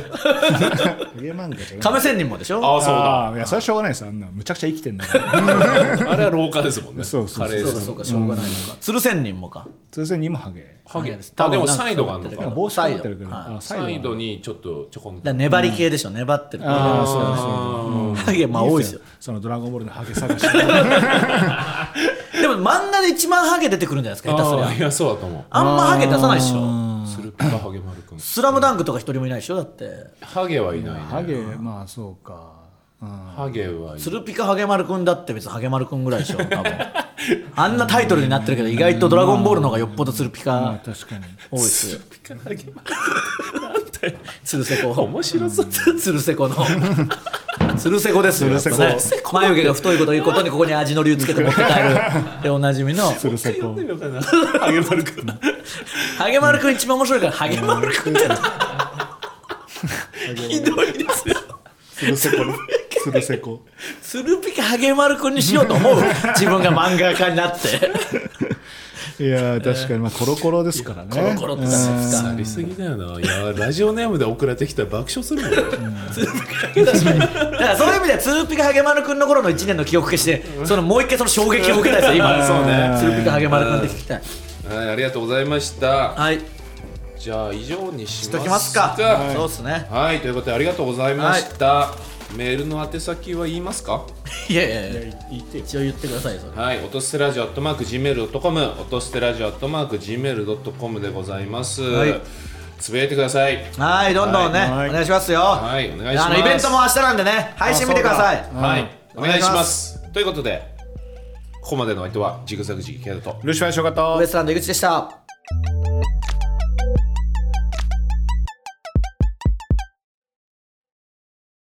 Speaker 5: ゲ漫画じゃない
Speaker 3: 亀仙人もでしょ
Speaker 1: あそうだ
Speaker 5: あーいやそれはしょうがないですあんなむちゃくちゃ生きてんだから
Speaker 1: あれは廊下ですもんね
Speaker 5: そうそうそう
Speaker 1: カレー
Speaker 3: そうか
Speaker 1: です
Speaker 3: そうかしょうがないのか鶴仙人もか
Speaker 5: 通常にもハゲ
Speaker 1: ハゲです
Speaker 3: 多
Speaker 1: あ
Speaker 3: 分
Speaker 1: でもサイドがあるの
Speaker 3: なん
Speaker 1: か
Speaker 3: か
Speaker 5: 帽子かぶってるけど
Speaker 3: サイド
Speaker 5: あ
Speaker 1: サイ
Speaker 5: は
Speaker 1: ドにちょっとちょこん
Speaker 3: だから
Speaker 1: と
Speaker 3: 粘り系でしょ粘ってるハ
Speaker 5: ああそうだそうだ
Speaker 3: ゲまあ多いですよ
Speaker 5: そのドラゴンボールのハゲ
Speaker 3: *laughs*
Speaker 5: 探し。
Speaker 3: でも漫画で一番ハゲ出てくるんじゃないですか下手すり
Speaker 1: あ
Speaker 3: ゃ
Speaker 1: ーいやそうだと思う
Speaker 3: あんまハゲ出さないでしょ
Speaker 1: スルッパハゲ丸くん
Speaker 3: スラムダンクとか一人もいないでしょだって
Speaker 1: ハゲはいないね
Speaker 5: ハゲ、まあそうか。うん
Speaker 1: ハゲはい
Speaker 3: 鶴ピカハゲマルくんだって別にハゲマルくんぐらいでしょ多分あんなタイトルになってるけど意外と「ドラゴンボール」の方がよっぽど鶴ピ
Speaker 5: まあ
Speaker 3: カ
Speaker 5: 確かに。
Speaker 3: 多いですよ
Speaker 1: ピカハゲ
Speaker 3: 鶴瀬子
Speaker 1: 面白そう
Speaker 3: 鶴瀬子の鶴瀬子ですよ、やっぱね
Speaker 5: 鶴、
Speaker 3: 眉毛が太いこということにここに味のりをつけて持って帰るでおなじみの
Speaker 5: 鶴瀬
Speaker 1: 呼ん
Speaker 5: 子
Speaker 1: で。みようかなハゲ丸くん
Speaker 3: ハゲマルくん一番面白いからハゲマルくんってな *laughs* ひどいですよ
Speaker 5: 鶴瀬子。鶴瀬子。
Speaker 3: 鶴ピカハゲマルくんにしようと思う自分が漫画家になって
Speaker 5: いやー確かにまあコロコロですからね。
Speaker 3: コロコロってなんですか
Speaker 1: ありすぎだよないやラジオネームで送られてきたら爆笑するもん
Speaker 3: 確かにだからそういう意味ではツーピカハゲマルくんの頃の1年の記憶消してそのもう一回その衝撃を受けたいですよ今
Speaker 1: そうね
Speaker 3: ツーピカハゲマルくんって聞きたい
Speaker 1: はいありがとうございました
Speaker 3: はい
Speaker 1: じゃあ以上にし
Speaker 3: し
Speaker 1: ま
Speaker 3: と
Speaker 1: す
Speaker 3: きますか
Speaker 1: はい
Speaker 3: そうっすね
Speaker 1: はいということでありがとうございました、メールの宛先は言いますか
Speaker 3: いやいやいや一応言ってくださいよそれ
Speaker 1: はい、落とせラジオアットマーク Gmail.com 落とせラジオアットマーク Gmail.com でございます、
Speaker 3: はい
Speaker 1: つぶやいてください
Speaker 3: はいどんどんね
Speaker 5: はい
Speaker 3: お願いしますよ
Speaker 1: は
Speaker 3: あ
Speaker 1: いお願いします
Speaker 3: のイベントも明日なんでね配信見てください
Speaker 1: はい
Speaker 3: うん
Speaker 1: お願いしますということでここまでの相手はジグザグジギケイトと
Speaker 5: ルシファー翔太。
Speaker 3: ウエストランド井口でした